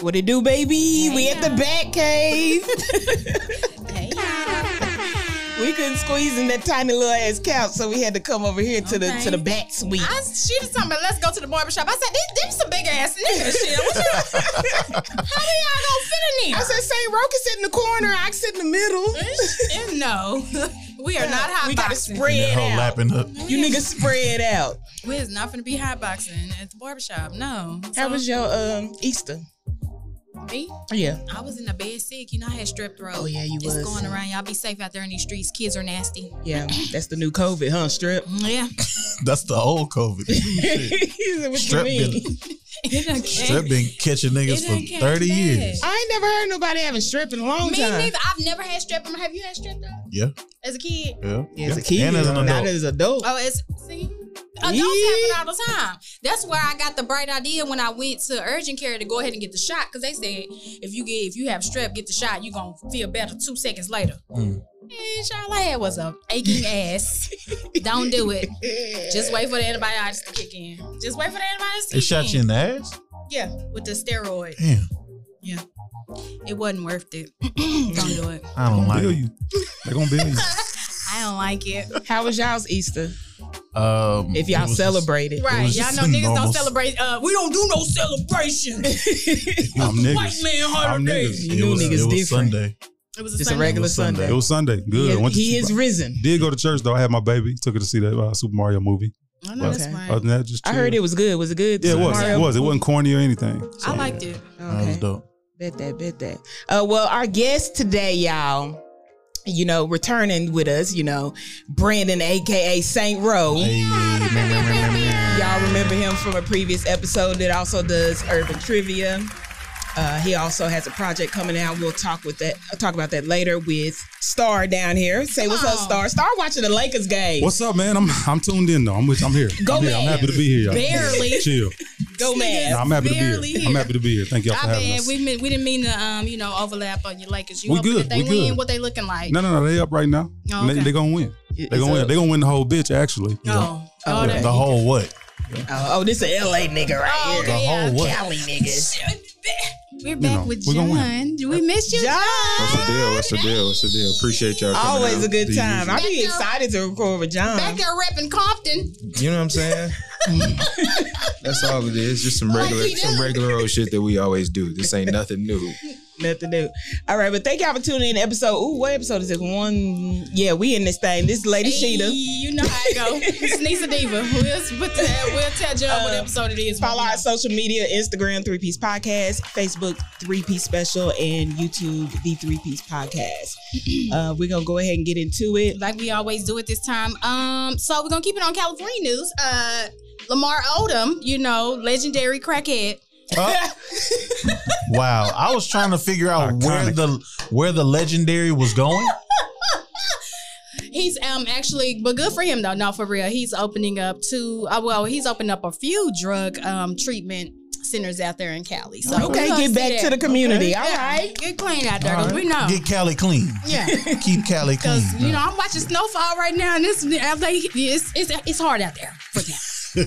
What it do, baby? we at the back cave. Hey, we couldn't squeeze in that tiny little ass couch, so we had to come over here to the to the Okay. back suite. I, she was talking about let's go to the barbershop. I said, these, these some big ass niggas. Shit. What you, how do y'all gonna fit in I here? said, St. Roque sit in the corner. I can sit in the middle. Eh, no, we are not hot we gotta boxing. spread Whole out. lapping up. You niggas spread out. We is not gonna be hot boxing at the barbershop. No. How was your um Easter? me? Yeah. I was in the bed sick. You know, I had strep throat. Oh yeah, you It's was. going around. Y'all be safe out there in these streets. Kids are nasty. Mm, Yeah, that's the new COVID, huh? Strip. Yeah. That's the old COVID. Shit. He said, what Strep you mean? been, It done came- strep been catching niggas It done for came 30 back. years. I ain't never heard nobody having strip in a long Me time. neither. I've never had strep throat. Have you had strep throat Yeah, as a kid? yeah. Yeah, as a kid, And as an uh, not adult. as adult. Oh, it's see. Adults Yeah. have it all the time. That's where I got the bright idea when I went to urgent care to go ahead and get the shot because they said if you get if you have strep, get the shot, you gonna feel better two seconds later. Mm. And all I had was a aching ass. Don't do it. Just wait for the antibiotics to kick in. Just wait for the antibiotics to kick in. It shot you in the ass? Yeah, with the steroid. Damn, It wasn't worth it. don't do it. I don't like bill it. you. They're gonna bill you. I don't like it. How was y'all's Easter? Um, If it y'all was celebrated. Right. was Y'all just know a niggas normal- don't celebrate. Uh, we don't do no celebration. Just, I'm White niggas. man I'm holiday. niggas. You It was, niggas it was different. Sunday. It was a Just a Sunday. regular was Sunday. Sunday. It was Sunday. Good. He, Went to he Super- is risen. Did go to church though. I had my baby. Took her to see that uh, Super Mario movie. I know that's Okay. right. Other than that, just I heard it chill. was good. Was it good? Yeah, it was. Mario? It was. It wasn't corny or anything. I liked it. That was Okay. dope. Bet that, bet that. Uh, well, our guest today, y'all, you know, returning with us, you know, Brandon, aka Saint Row. Hey, man, man, man, man. Y'all remember him from a previous episode that also does urban trivia. Uh, he also has a project coming out. We'll talk with that. I'll talk about that later with Star down here. Say what's up, on. Star. Star watching the Lakers game. What's up, man? I'm I'm tuned in though. I'm with, I'm here. Go I'm, here. I'm man. happy to be here, y'all. Barely. Chill. Go man. Nah, I'm happy to be here. Barely here. I'm happy to be here. Thank y'all for I having mean, us. we meant, we didn't mean to, um, you know, overlap on your Lakers. You We hoping good, That they we win. good. What they looking like? No, no, no. They up right now. Oh, And they, okay. they gonna win. They gonna win. They gonna win the whole bitch. Actually. Oh, Yeah. oh, Okay. that- The whole what? Oh, oh, this is a LA nigga right Oh, here. The Yeah, whole what? Cali nigga. We're back know, with we gonna John. We missed you. John. What's the deal? What's the deal? What's the deal? Appreciate y'all. coming Always out. a good The time. I be usual. excited to record with John. Back there repping Compton. usual. You know what I'm saying? That's all it is. Just some Like regular, he do. some regular old shit that we always do. This ain't nothing new. Nothing new. All right, but thank y'all for tuning in. to Episode. Ooh, what episode is this? One. Yeah, we in this thing. This is Lady Hey, Sheeta. You know how it go. it's Nisa Diva. We'll, put that, we'll tell John what Uh, episode it is. when Follow we our know. social media: Instagram Three Piece Podcast, Facebook Three Piece Special, and YouTube The Three Piece Podcast. uh, we're gonna go ahead and get into it. like we always do at this time. Um, so we're gonna keep it on California news. Uh, Lamar Odom, you know, legendary crackhead. Huh? wow, I was trying to figure out where Iconic. the where the legendary was going. He's um actually, but good for him though. No, for real, he's opening up two. Uh, well, he's opened up a few drug um treatment centers out there in Cali. So Okay, get back to the community. All right. get clean out there. 'cause All right. We know, Get Cali clean. yeah. Keep Cali clean. Cause you know I'm watching snowfall right now, and this I'm like, it's it's, it's hard out there for them. so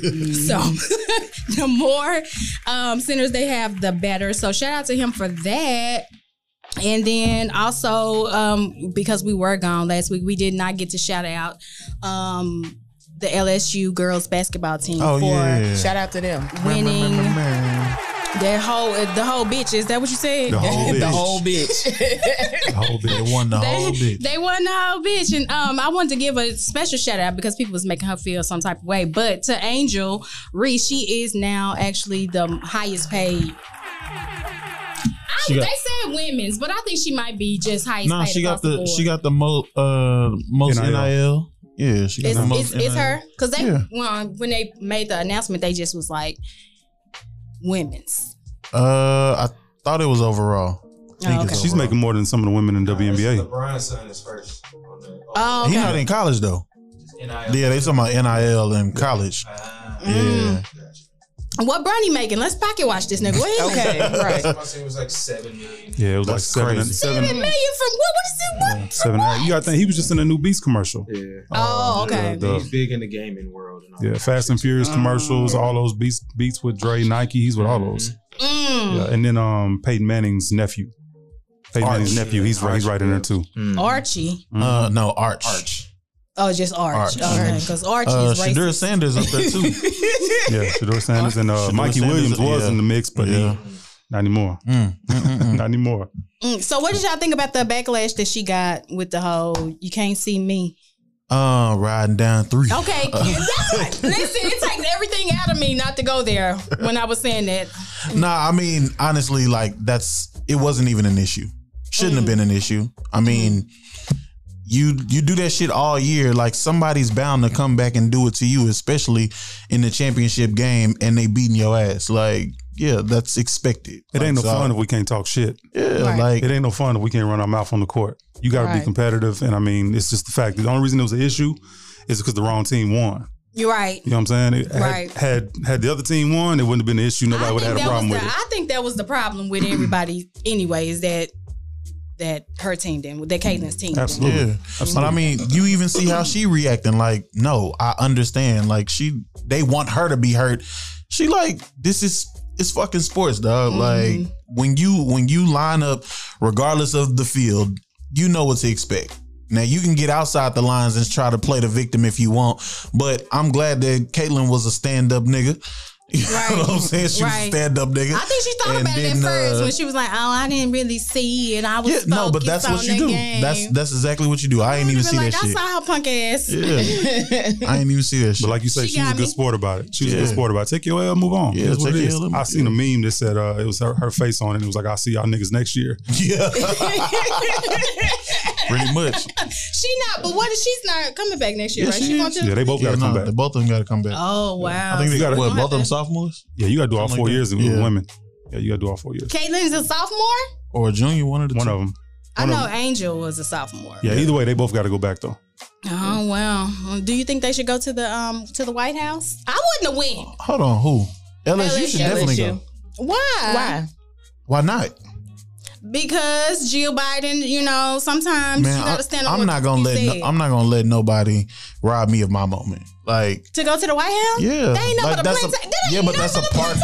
the more um, centers they have, the better. So shout out to him for that. And then also um, because we were gone last week, we did not get to shout out um, the LSU girls basketball team Oh for yeah. Shout out to them. winning that whole the whole bitch. Is that what you said? The whole bitch. The whole bitch. The whole bit. They won the whole they, bit. they won the whole bitch. And um, I wanted to give a special shout out because people was making her feel some type of way. But to Angel Reese, she is now actually the highest paid. I, She got- they said women's, but I think she might be just highest No, paid. she got across the, the board. she got the most uh most NIL. NIL. Yeah, she got It's, the most. it's, it's her because they Yeah. well, when they made the announcement, they just was like women's. Uh, I thought it was overall. I think Oh, it's okay. She's overall. making more than some of the women in WNBA. LeBron's son is first. On the, Uh, Oh, He okay. not in college though. NIL. Yeah, they talking about NIL in college. Yeah. Mm. What Bronny making? Let's pocket watch this nigga. What he making? okay, right. My team was like seven million. Yeah, it was That's like seven, crazy. seven, Seven million from what? What is it? What? seven. and a half. You got to think he was just in a new Beast commercial. Yeah. Oh, okay. the- He's big in the gaming world. And all Yeah, that. Fast and Furious commercials, all those beats beats with Dre, Nike. He's with all those. Mm. Mm. Yeah, and then um Peyton Manning's nephew. Peyton Arch. Manning's nephew. He's right. He's right in there too. Mm. Archie. Uh, no, Arch. Arch. Oh, just Arch. Arch. Okay, because Archie Uh, is racist. Shadur Sanders up there too. Yeah, Shador Sanders and uh, Shador Mikey Sanders, Williams was yeah. in the mix, but he- Yeah. not anymore. Mm, mm, mm, mm. Not anymore. Mm, so, what did y'all think about the backlash that she got with the whole "you can't see me"? Uh, riding down three. Okay, that's what. Listen, it takes everything out of me not to go there when I was saying that. Nah, I mean, honestly, like that's it wasn't even an issue. Shouldn't have been an issue. I mean, you you do that shit all year. Like somebody's bound to come back and do it to you, especially in the championship game, and they beating your ass. Like, yeah, that's expected. It ain't no Like, so- fun if we can't talk shit. Yeah, Right. like It ain't no fun if we can't run our mouth on the court. You got to Right. be competitive, and I mean, it's just the fact. The only reason it was an issue is because the wrong team won. You're right. You know what I'm saying? It had, Right. had had the other team won, it wouldn't have been an issue. Nobody I would think have that had a was problem the. with it. I think that was the problem with everybody. anyway, is that that her team didn't, that Caitlin's team. didn't. Absolutely. Yeah. But I mean, you even see how she reacting. Like, no, I understand. Like she they want her to be hurt. She like, this is it's fucking sports, dog. Mm-hmm. Like when you when you line up, regardless of the field, you know what to expect. Now you can get outside the lines and try to play the victim if you want. But I'm glad that Caitlyn was a stand-up nigga. You know what I'm Right. saying? She was Right. a stand-up nigga. I think she thought And about it at then, first uh, when she was like, "Oh, I didn't really see it. I was yeah, no, but focused that's what on you the do. game." That's that's exactly what you do. I ain't even Been see like, that I shit. saw her punk ass. Yeah. I ain't even see that shit. But like you say, She she, was a got good me. sport about it. She was a good Yeah. sport about it. Take your L, move on. Yeah, That's what take it your is. L, I seen yeah. a meme that said uh, it was her, her face on it. and It was like, "I see y'all niggas next year." yeah. Pretty much. She not, but what if she's not coming back next year? Yeah, right? she She is. wants to. Yeah, they both Yeah, got to nah, come back. they- Both of them got to come back. Oh wow! I think they got what? Don't have Both of them to- sophomores Yeah, you got to do all Something four like that. years with Yeah. women. Yeah, you got to do all four years. Caitlin's a sophomore. or a junior? One of the One two. of them. I One of know Angel was a sophomore. Yeah, either way, they both got to go back though. Oh wow! Do you think they should go to the um to the White House? I wouldn't have went. Hold on, who? LSU, should LSU. definitely go. Why? Why? Why not? Because Jill Biden, you know, sometimes Man, you I, gotta stand on I'm what not gonna you let said. no, I'm not gonna let nobody rob me of my moment. Like, to go to the White House. yeah, They ain't know like, what a that's plantation. a, yeah, but that's a part.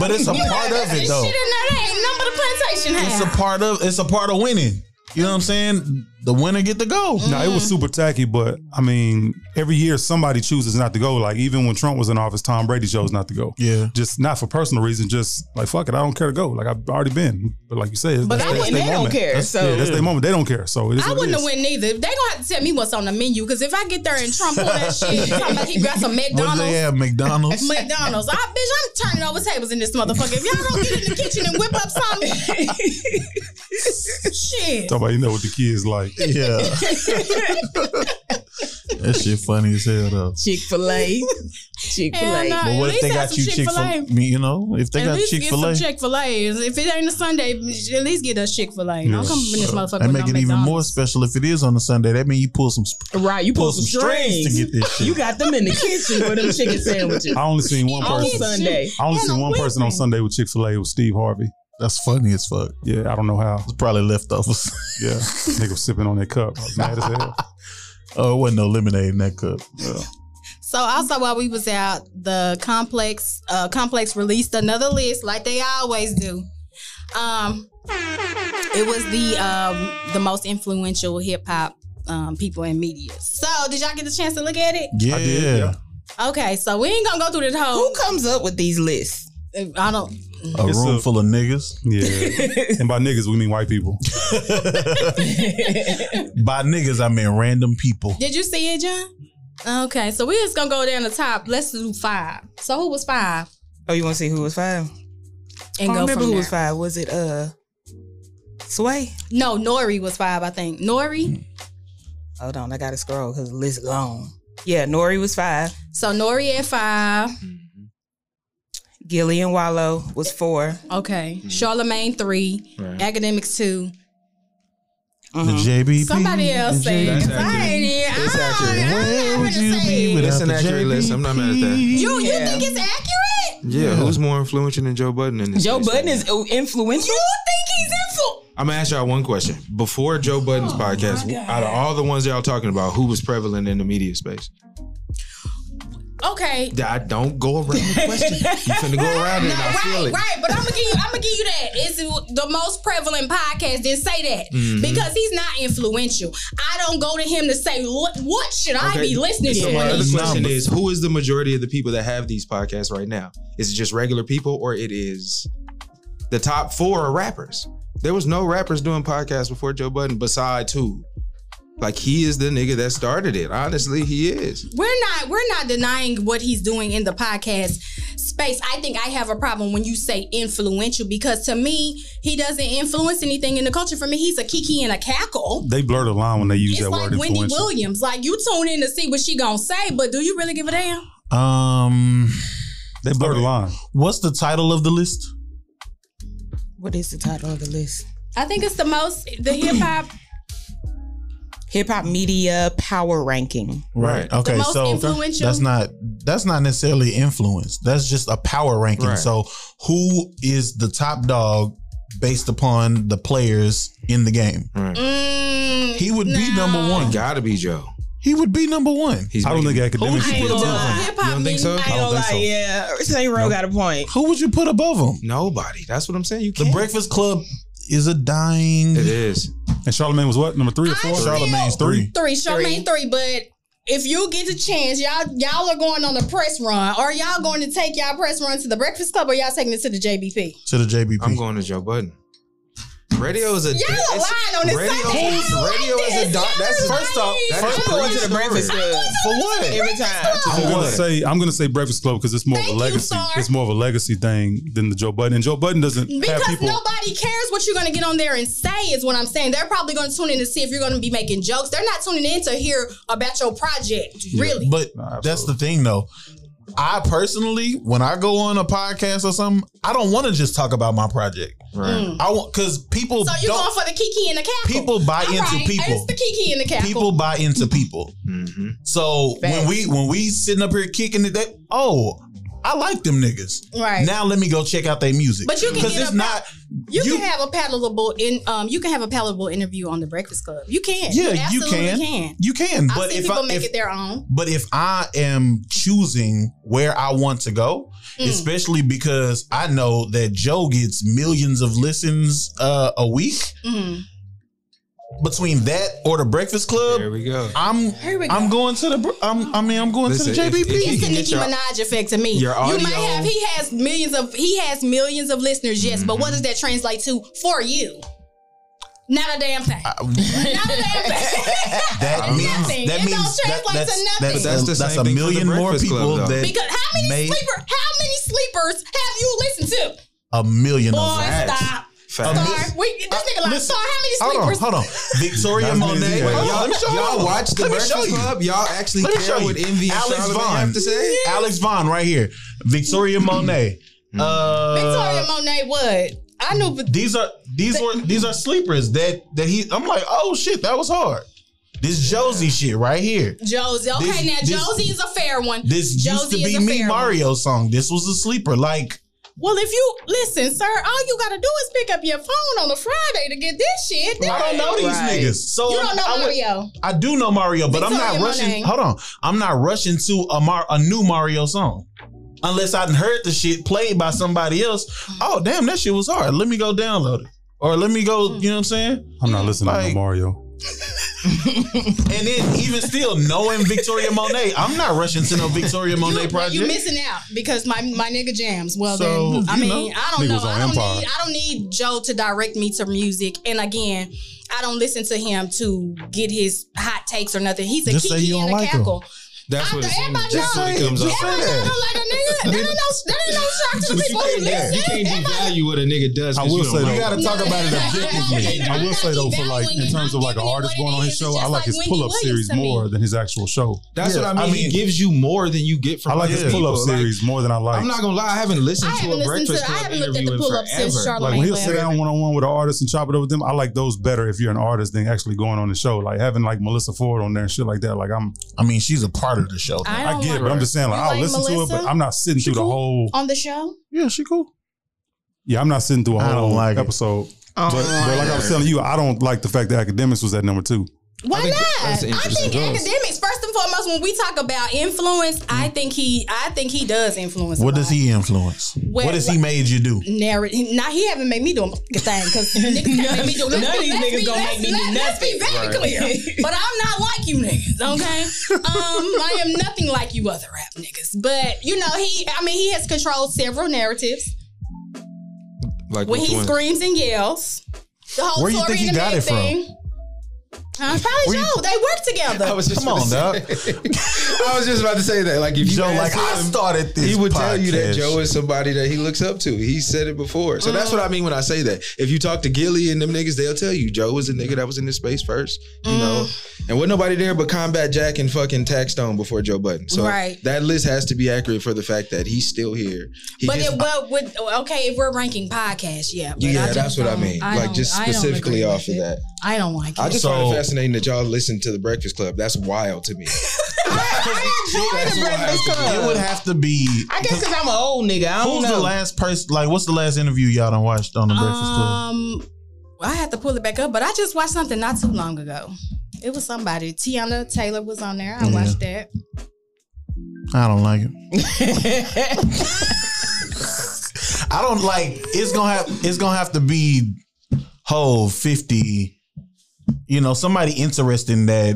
But it's a part of it though. Shit, in there, they ain't number the plantation It's a house. part of it's a part of winning. You know what I'm saying? The winner get to go. Mm. No, it was super tacky, but I mean, every year somebody chooses not to go. Like even when Trump was in office, Tom Brady chose not to go. Yeah. Just not for personal reasons, just like fuck it, I don't care to go. Like I've already been. But like you say, it's- But that's I their- wouldn't. their They don't moment. care. That's- so Yeah, that's their moment. They don't care. So it is I what it wouldn't have is. went neither. They gonna have to tell me what's on the menu because if I get there and Trump pull that shit, talking about he got some What do they McDonald's. have? McDonald's. McDonald's. I bitch, I'm turning over tables in this motherfucker. If y'all don't get in the kitchen and whip up something, shit. Talk about you know what the kids like. Yeah. that shit funny as hell though. Chick Fil A, Chick Fil Hell A. no. But what At if they least got have you some Chick Fil Chick-fil-A. A? You know, if they At got least Chick Fil A, get some Chick Fil A. If it ain't a Sunday, at least get us Chick Fil A. Don't come in this motherfucker. they with make no it even McDonald's. more special if it is on a Sunday. That mean you pull some Right, you pull, pull some some strings, strings. to get this shit. You got them in the kitchen with them chicken sandwiches I only seen one on Only person. Sunday. I only And seen on one person on Wednesday. Sunday with Chick Fil A with Steve Harvey. That's funny as fuck. Yeah, I don't know how. It's probably leftovers. Yeah, nigga was sipping on that cup. I was mad as hell. oh, it wasn't no lemonade in that cup. Yeah. So also while we was out, the complex uh, complex released another list like they always do. Um, it was the um, the most influential hip hop um, people in media. So did y'all get the chance to look at it? Yeah, did, yeah. Okay, so we ain't gonna go through this Who whole. uh, comes up with these lists? I don't. a It's room a- full of niggas. Yeah, and by niggas we mean white people. By niggas, I mean random people. Did you see it, John? Okay, so we just gonna go down the top. Let's do five. So who was five? Oh, you want to see who was five? And I go don't remember from who there. was five. Was it uh, Sway? No, Nori was five. I think Nori. Hold on, I gotta scroll because the list long. Yeah, Nori was five. So Nori at five. Gilly and Wallow was four. Okay. Mm-hmm. Charlemagne three, academics two. The JB. Somebody else say That's it. 'cause I accurate. ain't even- That's I don't- I'm accurate. Where not would gonna you say be it. without That's an the accurate JB? list. I'm not mad at You that. you Yeah. think it's accurate? Yeah, Yeah. who's more influential than Joe Budden in this? Joe race right Budden now? is uh, influential. You think he's influ? I'm gonna ask y'all one question. Before Joe Oh Budden's podcast, out of all the ones y'all talking about, who was prevalent in the media space? Okay. I don't go around the question. You finna go around it. I feel Right, it. right, but I'm gonna give you, I'm gonna give you that. It's the most prevalent podcast. Then say that Mm-hmm. because he's not influential. I don't go to him to say what, what should I Okay. be listening So my to? other It's question numbers. is, who is the majority of the people that have these podcasts right now? Is it just regular people, or it is the top four are rappers? There was no rappers doing podcasts before Joe Budden, besides who? Like he is the nigga that started it. Honestly, he is. We're not we're not denying what he's doing in the podcast space. I think I have a problem when you say influential because to me he doesn't influence anything in the culture. For me, he's a kiki and a cackle. They blur the line when they use It's that like word Wendy influential. Williams. Like you tune in to see what she gonna say, but do you really give a damn? Um, They blur the line. what's the title of the list? What is the title of the list? I think it's the most the hip hop Hip Hop Media Power Ranking. Right. Okay. The most so influential. that's not that's not necessarily influence. That's just a power ranking. Right. So who is the top dog based upon the players in the game? Mm, He would be No. number one. Gotta be Joe. He would be number one. He's I don't think making- academics Who should would put you put up with up? him. hip hop don't think so? mean- I I- ain't gonna think lie, so. yeah. Saint Row got a point. Who would you put above him? nobody. That's what I'm saying. You The can't. Breakfast Club is a dying. It is. And Charlemagne was what number three or I four? feel- Charlemagne's three. three, Charmaine three. But if you get the chance, y'all y'all are going on a press run, or y'all going to take y'all press run to the Breakfast Club, or y'all taking it to the JBP. to the JBP. I'm going to Joe Budden. Radio is a. Y'all it's- lying on this Radio, subject. is- I don't radio like is a. this. Doc, Y'all that's lying. first off. That I'm is going to the story. Breakfast Club for what? every time. I'm gonna What? say I'm gonna say Breakfast Club because it's more of Thank a you, legacy. sir. it's more of a legacy thing than the Joe Budden. And Joe Budden doesn't have Because people. nobody cares what you're going to get on there and say is what I'm saying. They're probably going to tune in to see if you're going to be making jokes. They're not tuning in to hear about your project, really. But Nah, that's the thing, though. I personally, when I go on a podcast or something, I don't want to just talk about my project. Right. I want because people so you're don't. going for the kiki and the cackle. people buy All into right, people. It's the kiki and the cackle. People buy into people. Mm-hmm. So when Facts. we when we sitting up here kicking it, that oh, I like them niggas. Right. now, let me go check out their music. But you can because get it's up- not You, can have a palatable in um you can have a palatable interview on the Breakfast Club. You can. yeah you absolutely can. you can. I've but seen if people I, make if, it their own. But if I am choosing where I want to go, Mm. especially because I know that Joe gets millions of listens uh, a week Mhm. between that or the Breakfast Mm. There Club, we go. I'm Here we go. I'm going to the br- I'm, I mean I'm going Listen, to the if- JBP. if you it's the can get Nicki your- Minaj effect to me. your you might audio- have he has millions of he has millions of listeners, yes, but what Mm-hmm. does that translate to for you? Not a damn thing. Uh, Not a damn thing. that means Nothing. that It means don't that, translate to that's, nothing. that's, But that's the a, that's same a thing for the million more Breakfast Club, people though. that because how many May- sleeper how many sleepers have you listened to? a million Boy, of them. facts. stop. Facts. Um, Sorry. We, this nigga like, listen, sorry, how Hold on, many sleepers? hold on. Victoria Not as many as Monet. you have. Hold on, let Y'all, me show y'all you. watch the Let me show Breakfast you. Club. Y'all actually Let me show care you. what envy and Alex Charlamagne Vaughn. have to say. Alex Vaughn right here. Victoria Monet. Uh, Mm-hmm. Victoria Monet would. I knew but these are these were these are sleepers that that he. I'm like, oh shit, that was hard. This Josie shit right here. Josie. Okay, This- now this- Josie is a fair one. This Josie used is to a be me fair one. Mario song. This was a sleeper. Like Well, if you listen, sir, all you gotta do is pick up your phone on a Friday to get this shit. Then I don't know these Right. niggas. So You don't know I, would- Mario. I do know Mario, but I'm Victoria not rushing. Monet. Hold on, I'm not rushing to a Mar- a new Mario song. Unless I'd heard the shit played by somebody else. Mm-hmm. Oh damn, that shit was hard. Let me go download it. Or let me go, Mm-hmm. you know what I'm saying? I'm not listening Like- to Mario. And then even still, knowing Victoria Monet, I'm not rushing to no Victoria Monet you, project. You missing out because my my nigga jams. Well So, then, I you mean, know, I don't know. niggas on I don't Empire. need I don't need Joe to direct me to music. And again, I don't listen to him to get his hot takes or nothing. He's a Just say kiki you and don't a like him. cackle. That's After what it everybody seems. That's what knows. it comes off. Just- Everybody say don't that. like a nigga. That ain't no that ain't no shock to the Just people who stay there. You listen. can't devalue what a nigga does. 'cause I will you say don't like though- we him. gotta talk about it objectively. I will say though, for like in terms of like an Not artist giving it going on what it his is, show, it's I just like his Wendy pull up Williams series to me. more than his actual show. That's Yeah, what I mean. I he mean- gives you more than you get from I like other his pull up people. Like, series more than I like. I'm not gonna lie. I haven't I listened to haven't listened a Breakfast to- I Club haven't looked at the interview in pull-up since Charlamagne. forever. Like, Like when he'll Well- sit down one on one with an artist and chop it up with them, I like those better if you're an artist than actually going on the show. Like having like Melissa Ford on there and shit like that. Like I'm, I mean, she's a part of the show. I I, don't get it, like but I'm just saying like You I'll like listen to it, Melissa? but I'm not sitting through the cool? whole. on the show. Yeah, she cool. Yeah, I'm not sitting through a I don't whole like it. episode. Oh, But, but like I was telling you, I don't like the fact that academics was at number two. Why I think not? that's an I interesting think choice. academics. First and foremost, when we talk about influence, I think he, I think he does influence. a Mm. What does lot. he influence? Well, what has he made you do? narrate? Now he haven't made me do a thing because niggas can't make me do. None of these let's niggas be- gonna let's- make me do Let's be very clear, but I'm not like you niggas. Okay, um, I am nothing like you other rap niggas. But you know, he, I mean, he has controlled several narratives Like when which he one? screams and yells. The whole Where you story think he and the got Meg it from? Thing. Uh, probably Where you- Oh, Joe. They work together. I was just Come on, about dog. to say- I was just about to say that. Like if you Joe, like ask I him, started this. he would tell you that podcast. Joe is somebody that he looks up to. He said it before. So that's what I mean when I say that. If you talk to Gilly and them niggas, they'll tell you Joe was a nigga that was in this space first, you know. Mm. And wasn't nobody there but Combat Jack and fucking Tax Stone before Joe Button. So Right. that list has to be accurate for the fact that he's still here. He but just- it well with okay if we're ranking podcasts, yeah. but yeah, just that's what I don't- mean. like don't- just I don't specifically agree off with of it. that. I don't like I it. just So- find it fascinating that y'all listen to the Breakfast Club. That's wild to me. Join That's the why Breakfast I- Club. It would have to be. I guess because I'm an old nigga. I don't Who's know. the last person? Like, what's the last interview y'all done watched on the Breakfast Club? Um, I had to pull it back up, but I just watched something not too long ago. It was somebody. Tiana Taylor was on there. I Mm-hmm. Yeah. watched that. I don't like it. I don't like. It's gonna have. It's gonna have to be whole fifty. You know, somebody interesting that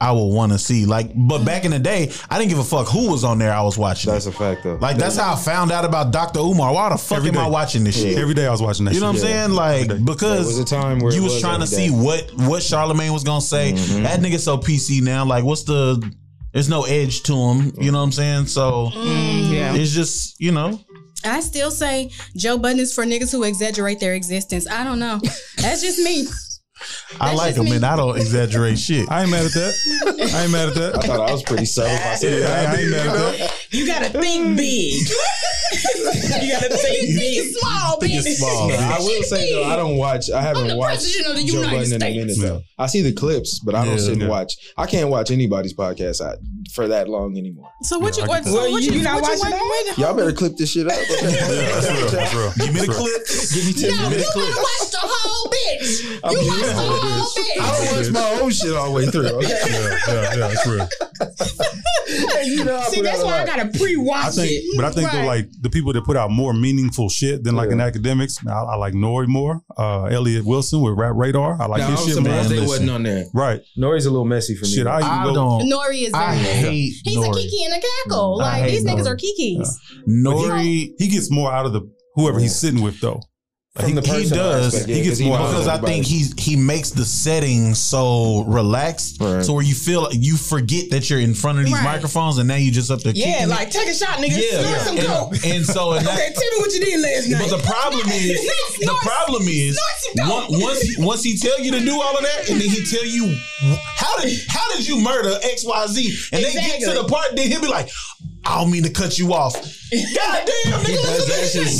I would want to see. Like, but back in the day, I didn't give a fuck who was on there. I was watching. a fact though. like, that's how I found out about Dr. Umar. Why the fuck Every am I day. watching this shit? Every day I was watching that. You know what shit. I'm saying? Like There because was a time where it you was, was trying to every see day. Mm-hmm. what what Charlemagne was gonna say. That nigga so PC now. Like what's the? There's no edge to him. You know what I'm saying? So Mm, yeah. it's just you know. I still say Joe Budden is for niggas who exaggerate their existence. I don't know. That's just me. I That's like just him me. and I don't exaggerate shit. I ain't mad at that. I ain't mad at that. I thought I was pretty subtle. if I said Yeah, that. I ain't mad at that. You gotta think big. you gotta think big. It's small, bitch. small. No, I will say though, I don't watch. I haven't the watched president of the Joe United Budden in a States. minute though. I see the clips, but I don't Yeah. sit and Yeah. watch. I can't watch anybody's podcast I, for that long anymore. So what you? I What, get so that. Well, what you- you? you not what you watching want- Y'all better clip this shit up. That's real. That's real. Give me the That's real. clip. Give me ten No, you minutes. gotta watch the whole bitch. I'm You used watch the to this. whole bitch. I don't watch my own shit all the way through. Okay? Yeah, yeah, yeah, it's real. You know, I See, put that's out a why I lot. gotta I pre-watch think, it. but I think that Right. like the people that put out more meaningful shit than like Yeah. in academics. I, I like Nori more, uh, Elliot Wilson with Rap Radar. I like Nah, his I'm shit more. surprised they listen. wasn't on there. Right, Nori's a little messy for me. shit. I, even I go- don't. Nori is I very. hate He's a Nori. kiki and a cackle. I Like hate these niggas Nori. are kikis. Nori. He gets more out of the whoever he's sitting with though. From he- the he personal does. aspect, He gets 'cause more knows out of Because I everybody. think he's he makes the setting so relaxed, Right. so where you feel you forget that you're in front of these Right. microphones, and now you just up there. Yeah, kicking it. like take a shot, nigga. Yeah, Yeah, yeah. some and, coke. and so and Okay, that, tell me what you did last night. but the problem is the problem is some on- once once he tell you to do all of that and then he tell you how did how did you murder XYZ and they get Exactly. to the part then he'll be like I don't mean to cut you off. God damn, nigga, listen does that to shit this.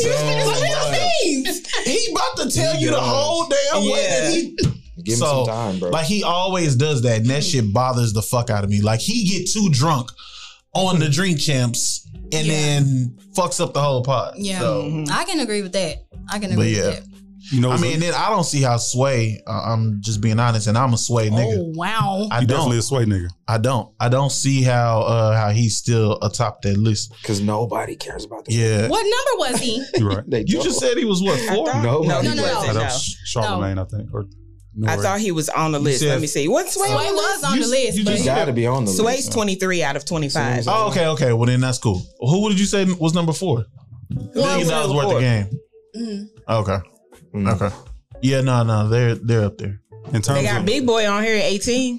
so He about to tell He you the does. whole damn way that Yeah. he Give him so, some time, bro. like he always does that, and that shit bothers the fuck out of me. Like he get too drunk on the drink champs and Yeah. then fucks up the whole pot. Yeah, Mm-hmm. So, I can agree with that. I can but agree yeah, with that. You know, I mean, then I don't see how sway. Uh, I'm just being honest, and I'm a sway nigga. Oh wow. I he don't. definitely a sway nigga. I don't. I don't see how uh how he's still atop that list. Because nobody cares about the Yeah. what number was he? You're right. They You don't. just said he was what I four? thought, No, no, no, he no, no. wasn't. that No. was Charlemagne, I think. Or I Nori. thought he was on the list. said- Let me see. What's Sway? Sway on the list? was on You- the list, you but You gotta be on the Sway's list. 23 out of 25. So- Oh, okay, okay. Well, then that's cool. Who did you say was number four? Billion was dollars number worth of four? game. Mm. Okay. Mm. Okay. Yeah, no, no, they're they're up there. in They terms got of, Big Boy on here at 18.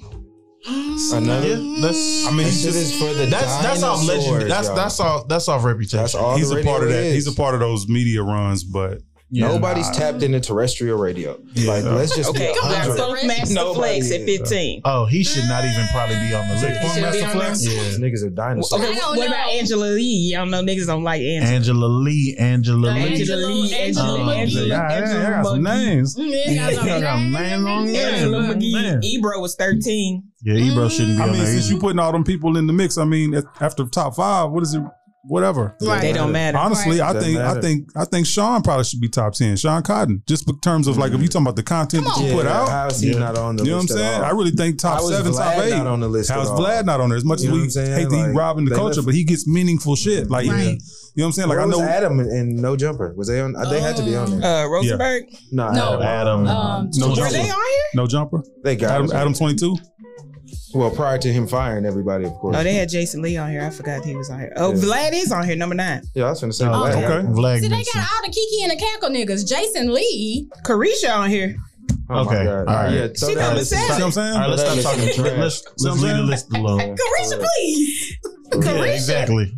Mm. Another. Yeah, that's. I mean, This he's shit just is for the That's that's off legend. dinosaurs, That's y'all. that's off that's off reputation. That's all he's the a part of radio that. is. He's a part of those media runs, but Yeah. Nobody's tapped into terrestrial radio. Yeah. Like, let's just Okay, be come honest. on. on. Master Nobody Flex at is, 15. Oh, he should not even probably be on the He list. should be on there. These niggas are dinosaurs. Okay, I don't what about know. Angela Lee? Y'all know niggas don't like Angela. Angela Lee, Angela Lee. Angela Lee, Angela, Um, Angela, yeah, I- I Angela got some Monkey. names. I got Mm, names on there. Angela Man. McGee. Ebro was 13. Yeah, Ebro shouldn't be Mm. I on mean, there. since either. you putting all them people in the mix, I mean, at- after top five, what is it? whatever. They Right. don't matter. Uh, Honestly, Right. I think Doesn't matter. I think I think Sean probably should be top ten. Sean Cotton, just in terms of like Mm-hmm. if you talking about the content Come that you on. put out, How is he Yeah. not on the you know what I'm list at saying? all? I really think top How is seven, top Vlad eight. not on the list How's at all? Vlad not on there? As much You as know we what I'm saying? hate to eat Like, robbing the they culture, left- but he gets meaningful shit. Like Right. you know what I'm saying? Like Where I was know Adam and, and No Jumper. Was they on? They had to be on there. Uh, Rosenberg. No, Um, No. Adam. Um, No Were jumper. they on here? No jumper. They got Adam, him. Adam 22. Well, prior to him firing everybody, of course. Oh, they had Jason Lee on here. I forgot he was on here. Oh, Yeah. Vlad is on here, number nine. yeah, I was gonna say. Oh, Vlad. okay. Vlad See, they Nixon. got all the Kiki and the Cackle niggas. Jason Lee. Carisha on here. Oh my Okay. God. All right. Yeah, throw She that number list aside. You seven. know what I'm All right, saying? let's stop Let's- talking trash. Let's, let's leave the list alone. Carisha, please. Yeah, exactly.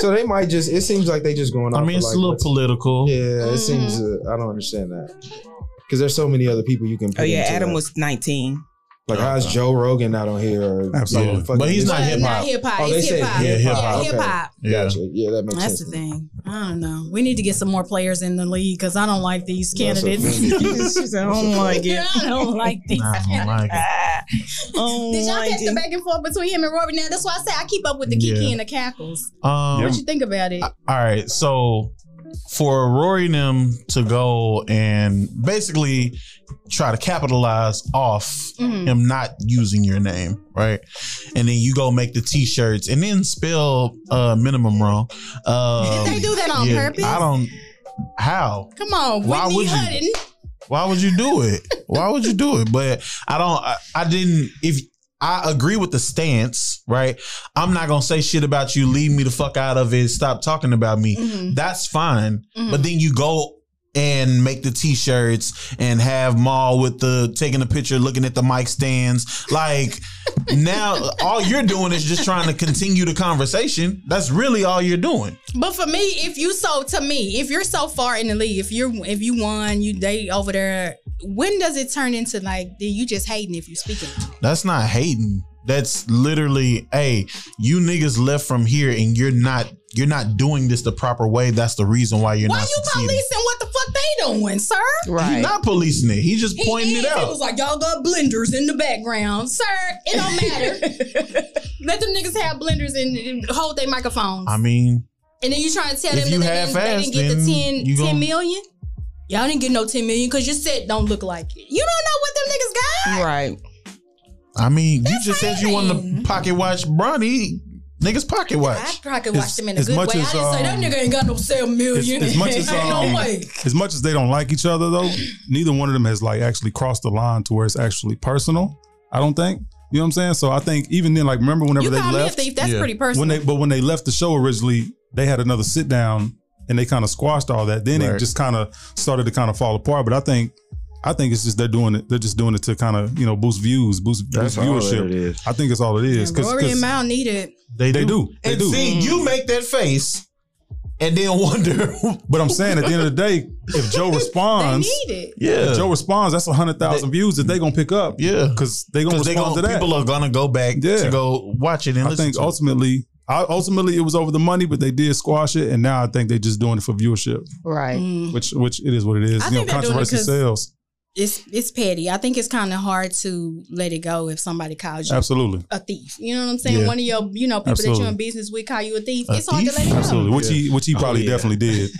So they might just. It seems like they just going. I off mean, of, it's like, a little what's- political. Yeah, it Mhm. seems. Uh, I don't understand that because there's so many other people you can. Put Oh yeah, into Adam that. was nineteen. Like, how's Joe Rogan not on here? Or, Absolutely. fucking- But he's not Well, hip hop. Not hip hop. Oh, they it's said hip hop. hip Yeah, hop. hip hop. Yeah. Gotcha. Yeah, that makes That's the sense. thing. I don't know. We need to get some more players in the league because I don't like these That's a candidates. thing. she said, "Oh my god, I don't like these. Nah, I don't like it. oh Did y'all my catch the god." back and forth between him and Robert? Now that's why I say I keep up with the Kiki Yeah. and the cackles. Um, Yep. What you think about it? All right, so for Rory and them to go and basically try to capitalize off Mhm. him not using your name, right? And then you go make the t-shirts and then spell uh minimum wrong. Um, Did they do that on yeah, purpose? I don't how? Come on, Why Whitney would you? Hutton. Why would you do it? Why would you do it? But I don't. I, I didn't. If I agree with the stance, right? I'm not gonna say shit about you. Leave me the fuck out of it. Stop talking about me. Mhm. That's fine. Mhm. But then you go and make the t-shirts and have Maul with the taking a picture, looking at the mic stands. Like now, all you're doing is just trying to continue the conversation. That's really all you're doing. But for me, if you so to me, if you're so far in the league, if you're if you won, you they over there. When does it turn into like then you just hating if you speaking? That's not hating. That's literally, hey, you niggas left from here and you're not you're not doing this the proper way. That's the reason why you're Why not you succeeding. policing what the fuck they doing, sir? He's Right. not policing it. He just He pointing is. it He out. was like, y'all got blenders in the background, sir. It don't matter. Let them niggas have blenders and, and hold their microphones. I mean, and then you trying to tell if them you that they half-ass, didn't, they didn't then get the 10, you 10 gon- million? Y'all didn't get no 10 million because you said don't look like it. You don't know what them niggas got. Right. I mean, you just said you wanted hating. to pocket watch Bronny. Niggas pocket watch. I probably could watch As- them in a as good way. much I as, just say that um, nigga ain't got no seven million. as much as, ain't um, no way. As much as they don't like each other though, neither one of them has like actually crossed the line to where it's actually personal. I don't think. You know what I'm saying? So I think even then, like remember whenever You they call me a left. thief. That's yeah. pretty personal. when they but when they left the show originally, they had another sit down and they kind of squashed all that. Then it Right. just kind of started to kind of fall apart. But I think I think it's just they're doing it. They're just doing it to kind of you know boost views, boost, boost That's all that it viewership. is. I think it's all it is And Rory and because Mal need it. they do they And do. see, you make that face and then wonder. But I'm saying at the end of the day, if Joe They responds, need it. if yeah. Joe responds, that's hundred thousand views that they gonna pick up. Yeah. because they gonna Because they respond gonna, to that. people are gonna go back Yeah. to go watch it and I listen think to it. ultimately, I, ultimately it was over the money, but they did squash it, and now I think they're just doing it for viewership, Right. Mm. which which it is what it is. I you know, think they're doing it controversy 'cause- sells. It's it's petty. I think it's kind of hard to let it go if somebody calls you Absolutely, a thief. You know what I'm saying? Yeah. One of your you know people that Absolutely. you're in business with call you a thief. A it's hard to thief? let it go. absolutely. Which Yeah. he which he Oh, probably yeah. definitely did.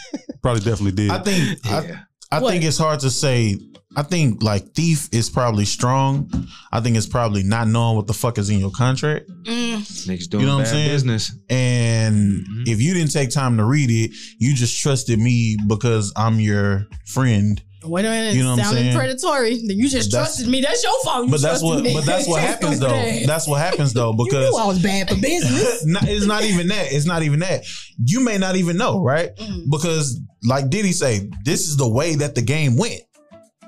probably definitely did. I think I, Yeah. I What? think it's hard to say. I think like thief is probably strong. I think it's probably not knowing what the fuck is in your contract. Mm. Niggas doing You know what I'm bad saying? business. And Mhm. if you didn't take time to read it, you just trusted me because I'm your friend. Wait a minute, You know what I'm sounding saying? predatory. Then you just That's- trusted me. That's your fault. You But that's trusted what me. but that's what happens though. That's what happens though because I was bad for business. not, it's not even that. It's not even that. You may not even know, right? Mm. Because, like Diddy say, this is the way that the game went.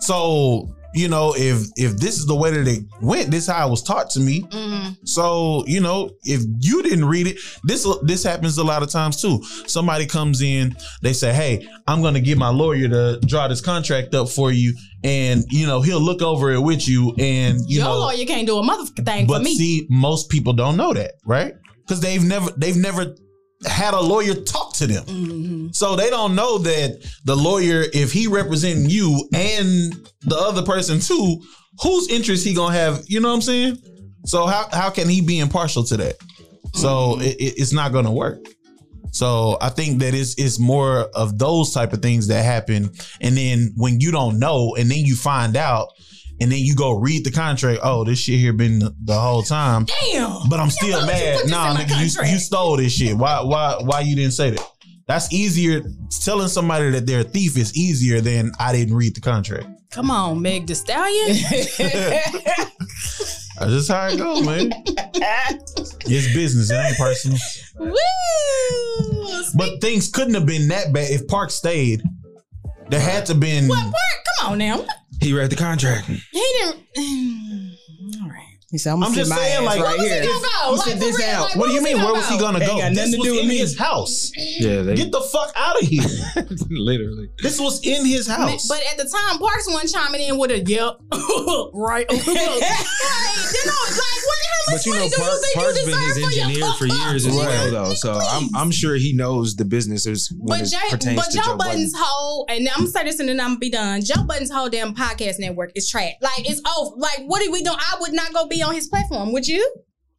So you know, if if this is the way that it went, this is how it was taught to me. Mm. So you know, if you didn't read it, this this happens a lot of times too. Somebody comes in, they say, "Hey, I'm going to get my lawyer to draw this contract up for you," and you know he'll look over it with you, and you Your know, lawyer can't do a motherfucking thing for but me. see, most people don't know that, right? Because they've never they've never had a lawyer talk to them, Mhm. so they don't know that the lawyer, if he representing you and the other person too, whose interest he gonna have? You know what I'm saying? So how how can he be impartial to that? So it, it- it's not gonna work. So I think that it's it's more of those type of things that happen, and then when you don't know, and then you find out, and then you go read the contract. Oh, this shit here been the, the whole time, Damn. but I'm still why would you put mad. this Nah, in my nigga, you, contract? you stole this shit. Why why why you didn't say that? That's easier. Telling somebody that they're a thief is easier than I didn't read the contract. Come on, Meg the Stallion. That's just how it goes, man. It's business. It ain't personal. Woo! But things couldn't have been that bad if Park stayed. There had to been. What part? Come on now. He read the contract. He didn't. All right. He said, I'm, I'm gonna just sit my saying, ass like, right Where was here. he gonna go? You Like, sit for this real, out. like, What do you mean? Where was he gonna Ain't go? got nothing This to was do with in me. his house. Yeah, they Get the fuck out of here. literally. this was in his house. But at the time, Parks wasn't chiming in with a yep, right. like, you know, like, what the hell But much you know, money do Park, you think Park's you been his deserve for your engineer fuck for up? years as well, Right. though. So I'm I'm sure he knows the businesses when But it Jay, pertains but to Joe, Joe Budden. Budden's whole, and I'm gonna say this and then I'm gonna be done. Joe Budden's whole damn podcast network is trash. Like it's over. Like what are we doing? I would not go be on his platform. Would you?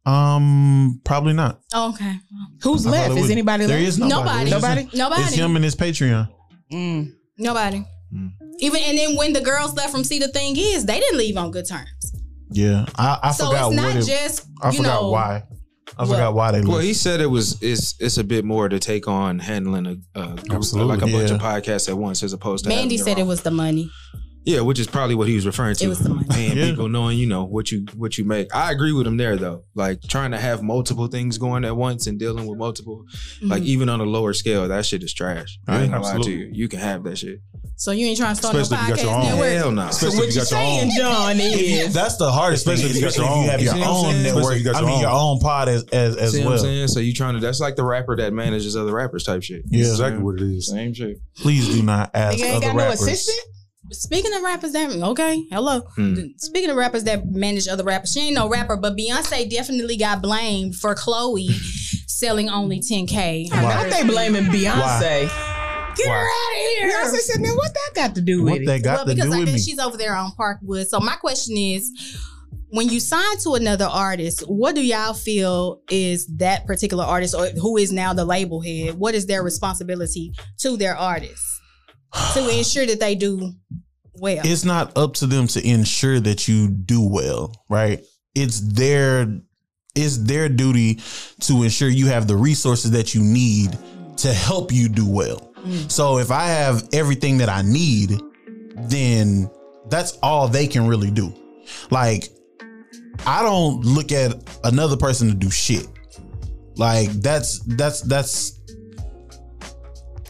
um, probably not. okay. Who's I left? probably Is wouldn't. anybody There left? is nobody. Nobody. It's just Nobody? him- Nobody. It's him and his Patreon. Mm. Nobody. Mm. Even and then when the girls left from see the thing is they didn't leave on good terms. Yeah, I, I so forgot it's what not it. just I you forgot know, why. I forgot why they. Well, left. he said it was it's it's a bit more to take on handling a, a group, Absolutely. like a bunch Yeah. of podcasts at once as opposed to Mandy having said your it own. was the money. yeah, which is probably what he was referring to. It was the money. paying Yeah. people knowing you know what you what you make. I agree with him there though. Like trying to have multiple things going at once and dealing with multiple like Mhm. even on a lower scale, that shit is trash. I Yeah, ain't gonna lie to absolutely. you. You can have that shit. so you ain't trying to start no Especially if you podcast got your own. network. Hell no. So Especially what if you you got your saying, own. John, Yeah, is that's the hardest, especially Especially if if you got your you own. have your You see what I'm own saying? network. Especially if you got I your mean, own. your own pod as as, as See what I'm well. saying? So you trying to that's like the rapper that manages other rappers type shit. Yeah. exactly what it is. Same shit. Please do not ask nigga ain't other got rappers. no assistant? Speaking of rappers that okay, hello. Mm. Hmm. Speaking of rappers that manage other rappers, she ain't no rapper, but Beyonce definitely got blamed for Chloe selling only 10k. Why? Why they blaming Beyonce? Get her Why? out of here. Beyonce said, now what that got to do with What it? that got well, to because do I with think me? she's over there on Parkwood. So my question is, when you sign to another artist, what do y'all feel is that particular artist or who is now the label head? What is their responsibility to their artists to ensure that they do well? it's not up to them to ensure that you do well, right? It's their it's their duty to ensure you have the resources that you need to help you do well. Mm. So if I have everything that I need, then that's all they can really do. Like I don't look at another person to do shit. Like that's that's that's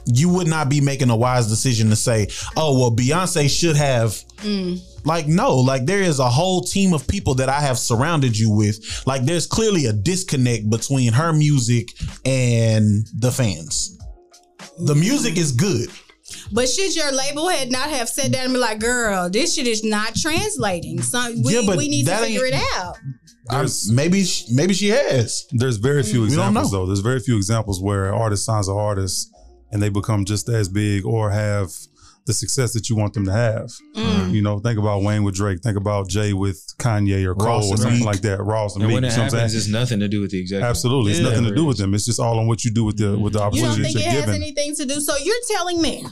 you would not be making a wise decision to say, "Oh, well Beyonce should have Mm. like no, like there is a whole team of people that I have surrounded you with. Like there's clearly a disconnect between her music and the fans. The music is good. But should your label head not have sat down and be like, "Girl, this shit is not translating. So we, Yeah, but we need to that figure it ain't- out." I'm- There's- maybe sh- maybe she has. There's very few We don't examples know. though. There's very few examples where an artist signs an artist and they become just as big or have the success that you want them to have. Mm. You know, think about Wayne with Drake. Think about Jay with Kanye or Cole Ross or and something Meek. like that. Ross and And Meek. when you it know what I'm happens, saying? it's nothing to do with the executive. Absolutely, it's Yeah. nothing to do with them. It's just all on what you do with the with the You don't opportunity that think it you're has given. anything to do? So you're telling me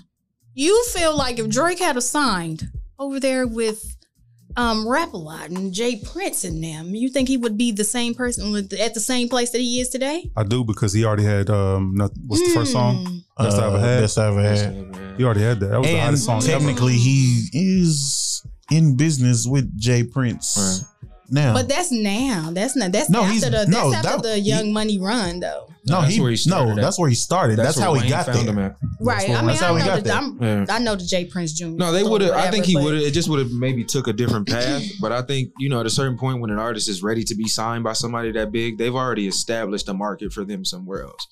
you feel like if Drake had a signed over there with um, Rap a Lot and Jay Prince and them, you think he would be the same person with at the same place that he is today? Hmm. I do because he already had um. Nothing, what's the first song? Best I ever had. Uh, Best I ever had. Yeah. He already had that. That was the And hottest song. ever. technically, he is in business with Jay Prince now. But that's now. That's not. That's No, he's- after the. That's no, after that- the Young Money run, though. no, that's he, where he started no, at. that's where he started. That's, where how he Wayne got found there. him at. Right. I mean, that's I how know he got the. there. I'm, Yeah. I know the Jay Prince Jr. No, they story, would have. I whatever, think he but- would have. It just would have maybe took a different path. But I think you know, at a certain point, when an artist is ready to be signed by somebody that big, they've already established a market for them somewhere else.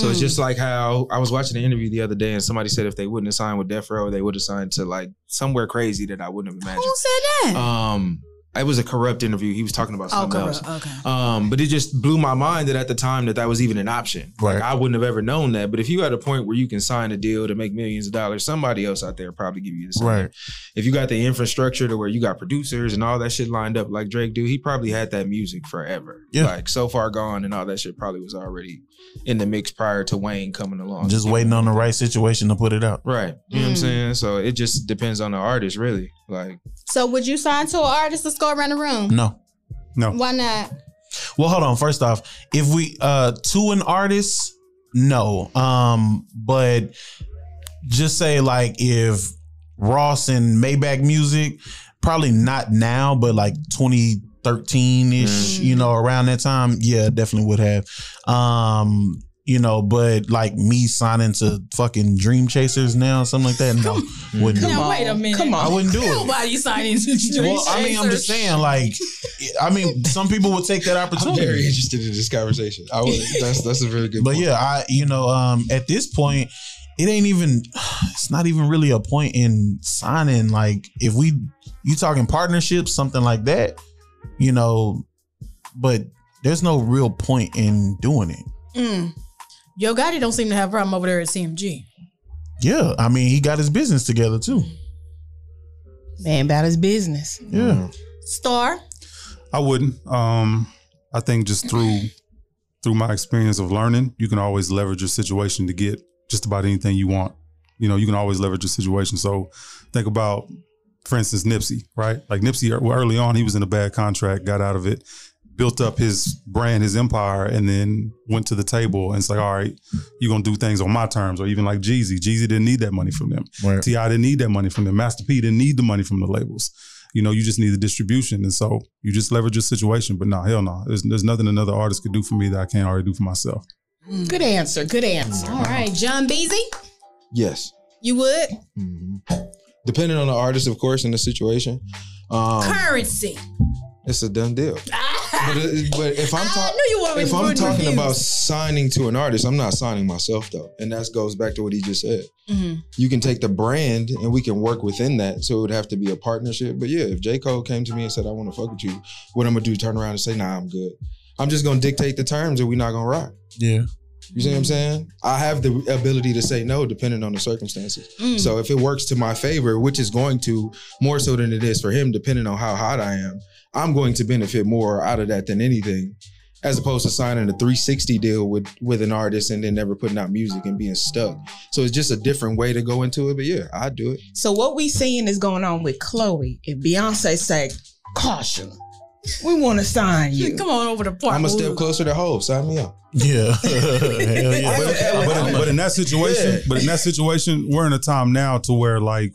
So it's Mm. just like how I was watching an interview the other day, and somebody said if they wouldn't have signed with Death Row, they would have signed to like somewhere crazy that I wouldn't have Who imagined. said that? Um, It was a corrupt interview. He was talking about Oh, something else. corrupt. Okay. Um, but it just blew my mind that at the time that that was even an option. Like Right. I wouldn't have ever known that. But if you at a point where you can sign a deal to make millions of dollars, somebody else out there probably give you the same. Right. If you got the infrastructure to where you got producers and all that shit lined up like Drake do, he probably had that music forever. Yeah. Like so far gone and all that shit probably was already in the mix prior to Wayne coming along. Just waiting on the right situation to put it out. right. You know what I'm Mm. saying? So it just depends on the artist, really. Like So would you sign to an artist? Let's go around the room. No. Why not? Well, hold on. First off, if we uh to an artist, no. Um, but just say like if Ross and Maybach Music, probably not now, but like 2013 ish, Mm. you know, around that time, yeah, definitely would have. Um, you know, but like me signing to fucking Dream Chasers now, something like that, no, wouldn't do. Come on. it. Now, wait a minute. Come I on. wouldn't do it. Nobody signing to Well, I mean, I'm just saying, like, I mean, some people would take that opportunity. interested in this conversation. I would that's that's a very good But yeah, I you know, um at this point, it ain't even it's not even really a point in signing. Like if we you talking partnerships, something like that, you know, but there's no real point in doing it. Mm. Yo Gotti don't seem to have a problem over there at CMG. Yeah. I mean he got his business together too. Man about his business. Yeah. Star. I wouldn't. Um, I think just through through my experience of learning, you can always leverage your situation to get just about anything you want. You know, you can always leverage your situation. So think about, for instance, Nipsey, right? Like Nipsey ear- early on, he was in a bad contract, got out of it, built up his brand, his empire, and then went to the table and it's like, all right, you're gonna do things on my terms, or even like Jeezy. Jeezy didn't need that money from them. Right. Ti didn't need that money from them. Master P didn't need the money from the labels. You know, you just need the distribution, and so you just leverage your situation. But nah, hell no, there's, there's nothing another artist could do for me that I can't already do for myself. Mm. Good answer. Good answer. All right, John Beasy. Yes. You would Depending on the artist, of course, and the situation. Um, currency. it's a done deal. But, it- but if I'm I talking, knew you were. if I'm were talking confused. about signing to an artist, I'm not signing myself though, and that goes back to what he just said. Mhm. You can take the brand, and we can work within that. So it would have to be a partnership. But yeah, if J Cole came to me and said, "I want to fuck with you," what I'm gonna do? Turn around and say, "Nah, I'm good." I'm just gonna dictate the terms, and we're not gonna rock. Yeah. You see what I'm saying? I have the ability to say no, depending on the circumstances. Mm. So if it works to my favor, which is going to more so than it is for him, depending on how hot I am, I'm going to benefit more out of that than anything, as opposed to signing a 360 deal with with an artist and then never putting out music and being stuck. So it's just a different way to go into it. But yeah, I do it. So what we seeing is going on with Chloe. If Beyonce say, caution, we want to sign you. Come on over to park. I'm a Ooh. step closer to hope. Sign me up. Yeah. Hell yeah. But, but in, but in that situation, Yeah. but in that situation, we're in a time now to where like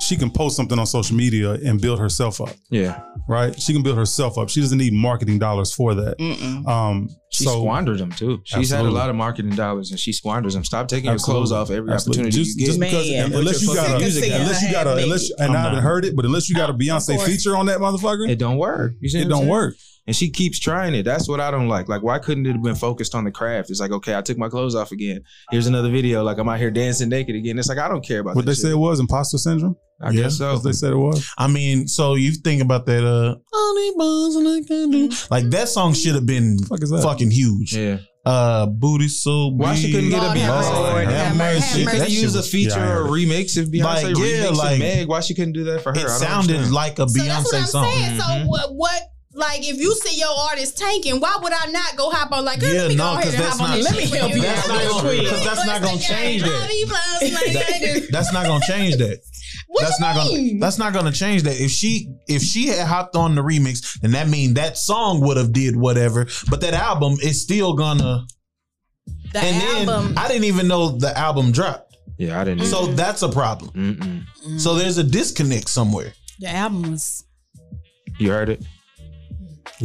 she can post something on social media and build herself up, Yeah, right? She can build herself up. She doesn't need marketing dollars for that. Mm-mm. Um, so them too. She's had a lot of marketing dollars and she squanders them. Stop taking your clothes off every Absolutely. Just, just Man, because, put unless your you got a, fucking music out. unless you got a, unless, and I'm I haven't not. heard it, but unless you got a Beyonce course. feature on that motherfucker, it, don't work. You see what I'm don't saying? work. And she keeps trying it. That's what I don't like. Like, why couldn't it have been focused on the craft? It's like, okay, I took my clothes off again. Here's another video. Like, I'm out here dancing naked again. It's like, I don't care about What that they shit. said it was imposter syndrome. I Yeah. guess so. That's what they said it was. I mean, so you think about that uh only bones like I do. Like that song should have been Fuck is that? fucking huge. Mm-hmm. Yeah. uh booty so Why she couldn't get a Lord Beyonce? have mercy. Lord have have mercy. mercy. She That could shit use a was- feature yeah, I heard or a remix if Beyonce Like, yeah, remixed like- Meg. Why she couldn't do that for her? It I don't sounded understand. like a So that's what Beyonce Mm-hmm. I'm song. saying. Mhm. So what? What? Like, if you see your artist tanking, why would I not go hop on? Like, girl, Yeah, let me no, go ahead 'cause and that's hop on not- this let shit me with help you. you out. That's not gonna, because that's not gonna change that. that. That's not gonna change that. What that's you not mean? gonna. That's not gonna change that. If she if she had hopped on the remix, then that mean that song would have did whatever. But that album is still gonna. The and album. Mm-hmm. then I didn't even know the album dropped. Yeah, I didn't. So that's a problem. Mm-mm. So there's a disconnect somewhere. Mm. the album was. You heard it?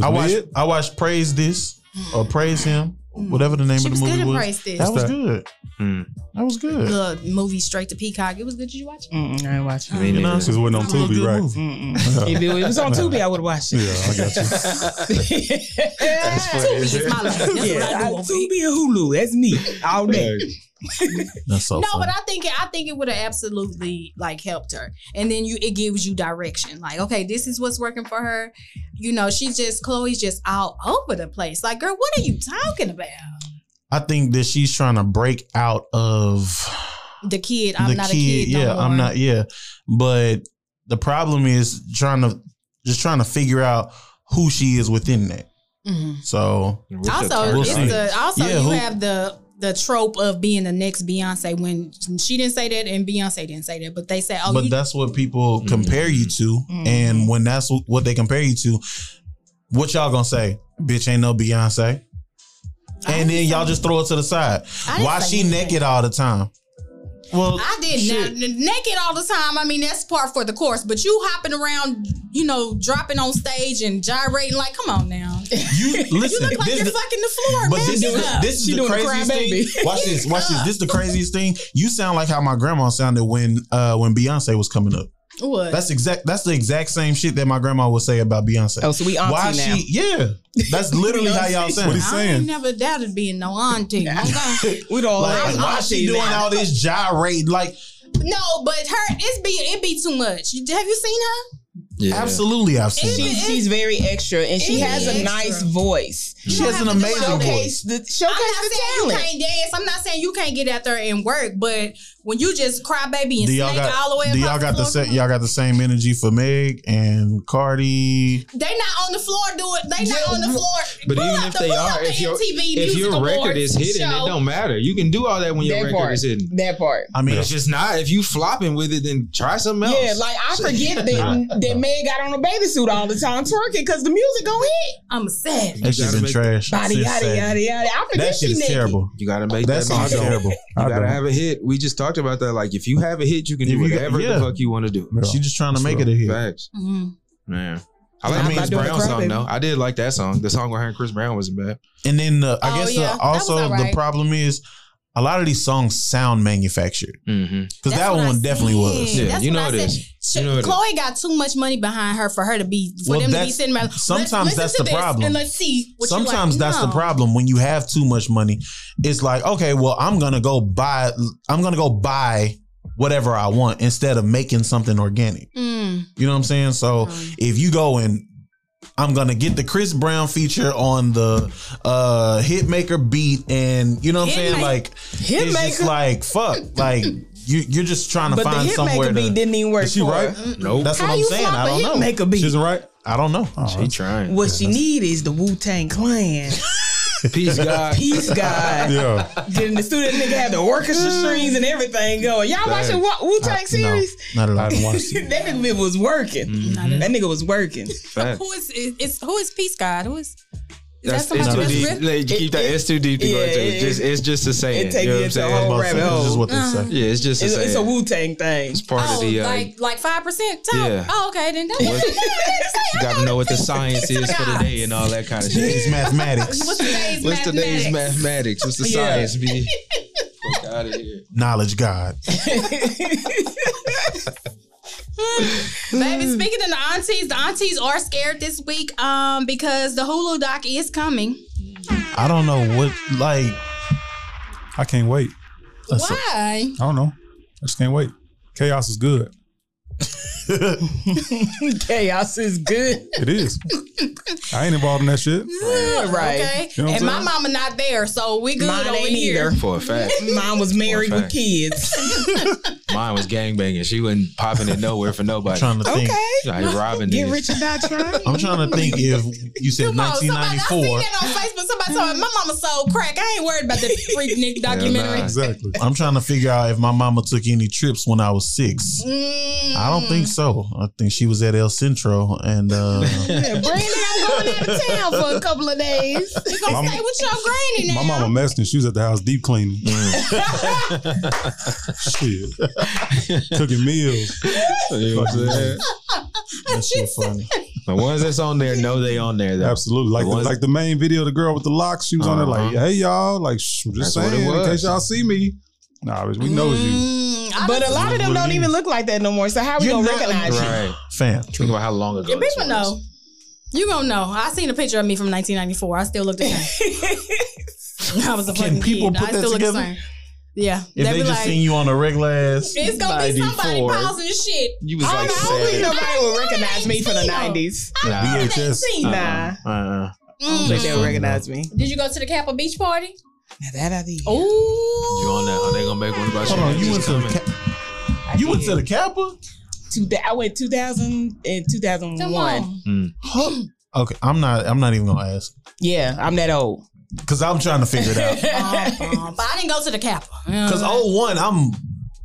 I watched Mid? I watched Praise This or Praise Him, whatever the name Mm-hmm. She of was the good movie in was. Praise This. That was that? good. Mm. That was good. The movie straight to Peacock. It was good. Did you watch it? Mm-mm, I ain't watching. Me it. neither. Because it wasn't on That was a Tubi, good right? movie. Mm-mm. If it was on Tubi, I would have watched it. Yeah, I got you. Yeah, That's funny. It's my life. That's what I do I- over here. Tubi and Hulu. That's me all day. That's so no, funny. but I think I think it would have absolutely like helped her. And then you it gives you direction. Like, okay, this is what's working for her. You know, she's just Chloe's just all over the place. Like, girl, what are you talking about? I think that she's trying to break out of The kid, I'm the not kid. a kid. no yeah, I'm more. not. Yeah, but the problem is trying to just trying to figure out who she is within that. Mhm. So We're still Also, tired We'll it's of see. it. the, uh, also Yeah, you who- have the the trope of being the next Beyonce when she didn't say that and Beyonce didn't say that, but they say, oh, but you, that's what people compare you to, Mhm. and when that's wh- what they compare you to, what y'all gonna say? Bitch, ain't no Beyonce, I and then didn't y'all say- just throw it to the side. I didn't Why say she anything. naked all the time? Well, I did shit. not n- naked all the time. I mean, that's part for the course. But you hopping around, you know, dropping on stage and gyrating. Like, come on now. You You listen. look like this you're the- fucking the floor, But man. this Shut is the, up. this is She the doing a craziest thing. crybaby. Watch this. Watch this. This is the craziest thing. You sound like how my grandma sounded when uh when Beyonce was coming up. what? That's exact. That's the exact same shit that my grandma would say about Beyonce. Oh, so we auntie Why now. she? Yeah. That's literally how y'all Beyonce. sound. I ain't never doubted being no auntie. Okay. we don't Like, why auntie she doing now. all this gyrate? Like, no, but her it's be it be too much. You- Have you seen her? Yeah. absolutely, I've seen. She, it. It- she's very extra, and she it has is a extra. nice voice. She has don't an have to do amazing all that. voice. The, showcase I'm not the saying talent. you can't dance. I'm not saying you can't get out there and work, but when you just cry baby and Do y'all snake all the way got? Do y'all across got the floor, same? Y'all got the same energy for Meg and Cardi. They not on the floor doing. They Yeah, not on the but- floor. But Pull even up if the- they pull up are, the if your MTV if Music your record Awards is hidden, show. it don't matter. You can do all that when your That record part. is hidden. That part. I mean, It's just not. If you flopping with it, then try something else. Yeah, like I forget that that Meg got on a bathing suit all the time twerking because the music gon' hit. I'm sad. that shit gotta been make- trash. Body Since yada then. yada yada. I forget That she shit is naked. terrible. you gotta make That that. song's music. terrible. You I gotta don't. have a hit. We just talked about that. Like if you have a hit, you can If do you got- whatever yeah. the fuck you want to do. She just trying to make it a hit. Facts, Mhm. man. I like I'm the not Chris doing Brown the song crybaby. though. I did like that song. The song with her and Chris Brown wasn't bad. And then the, I Oh, guess yeah. the, That was also the alright. problem is a lot of these songs sound manufactured Mm-hmm. because That's that what I one definitely was. said. Yeah, That's you what know I it said. is. Sh- You know it is. Chloe got too much money behind her for her to be for Well, them to be that's- sitting back. let's sometimes listen that's to the this problem. And let's see. what you like. Sometimes that's the No. problem when you have too much money. It's like, okay, well, I'm gonna go buy, I'm gonna go buy whatever I want instead of making something organic. Mm. You know what I'm saying? So Mm. if you go and I'm gonna get the Chris Brown feature on the uh Hitmaker beat, and you know what I'm saying? Hitmaker. Like it's just Hitmaker? like fuck, like you you're just trying to But the find somewhere hitmaker to. beat didn't even work Is she for right? her. Nope. That's what How I'm you saying. flop I a don't know. Hitmaker beat. She isn't right. I don't know. she trying. What she need is the Wu Tang Clan. Peace, God. Peace God. Yeah. Then the student nigga had the orchestra strings and everything going. Y'all watching Wu I- Tang series? No, I not at haven't all. watched it. that nigga was working. Not at That nigga was working. Facts. Who is is is- who is peace god? Who is is That's that somebody that's it's too deep. ripped? Like, keep that. it- It's too deep to go yeah, into. it- It's just. It's just a saying. it take you know you what I'm into a saying? whole Most rabbit people hole. just what they Uh-huh. say. Yeah, it's just a It's, saying. it's a Wu Tang thing. It's part Oh, of the. Uh, like like five percent. Yeah. Oh, okay. Then that's What- you what gotta know what the science is for the day and all that kind of shit. It's mathematics, What's today's What's mathematics? today's mathematics? What's the Yeah. science be? Fuck out of here. knowledge, God. Baby, speaking of the aunties, the aunties are scared this week um, because the Hulu doc is coming. I don't know what like. I can't wait. That's a- Why? I don't know. I just can't wait. Chaos is good. Chaos is good. It is. I ain't involved in that shit. Right. Okay. You know what and I'm my saying? mama not there, so we good Mine over ain't here. either. For a fact, Mine was married with fact. kids. mine was gangbanging. She wasn't popping it nowhere for I'm nobody. trying to think. Like robbing Get niggas. rich or die trying. I'm trying to think if you said Come on, somebody, I seen 1994. that on Facebook. Somebody told me my mama sold crack. I ain't worried about the freak Nick nah. documentary. Exactly. I'm trying to figure out if my mama took any trips when I was six. Mm. I don't think so. I think she was at El Centro and uh, Yeah, Brandon, I'm going out of town for a couple of days. You gonna My- stay with your granny now? My mama messed and she was at the house deep cleaning. shit. Cooking meals. You know what I'm saying? that shit funny. The ones that's on there know they on there though. Absolutely. Like The the, ones- like the main video, the girl with the locks, she was on there like, Uh-huh. hey y'all, like sh- just That's what it saying in was. case y'all see me. Nah, bitch, we know it's you. Mm, I But don't- a lot of them don't even look like that no more. So how we You're gonna not- recognize you? Right. Fam, Think about how long ago. Yeah, this people was. know. You gonna know. I seen a picture of me from 1994. I still look the same. I was a Can fucking people kid. put I that still look the together? same. Yeah. If they, be just seen you on a regular ass, it's gonna be somebody 94. pausing the shit. You was I like don't know. I don't think seven. nobody will recognize me from the Nah. 90s. I Nah. don't think VHS. they've seen it. Nah. Uh-uh. Uh-uh. I don't think Mm. they'll recognize me. Did you go to the Kappa Beach party? Now that I did. Ooh. You You on that? Are they gonna make one about hold on, Just you went to the coming. Ca- I you went did. to the Kappa. Two, thou- I went 2000 and Come 2001. on. Huh. Okay, I'm not. I'm not even gonna ask Yeah, I'm that old. because I'm trying to figure it out. Um, um, but I didn't go to the Kappa. Because oh one, I'm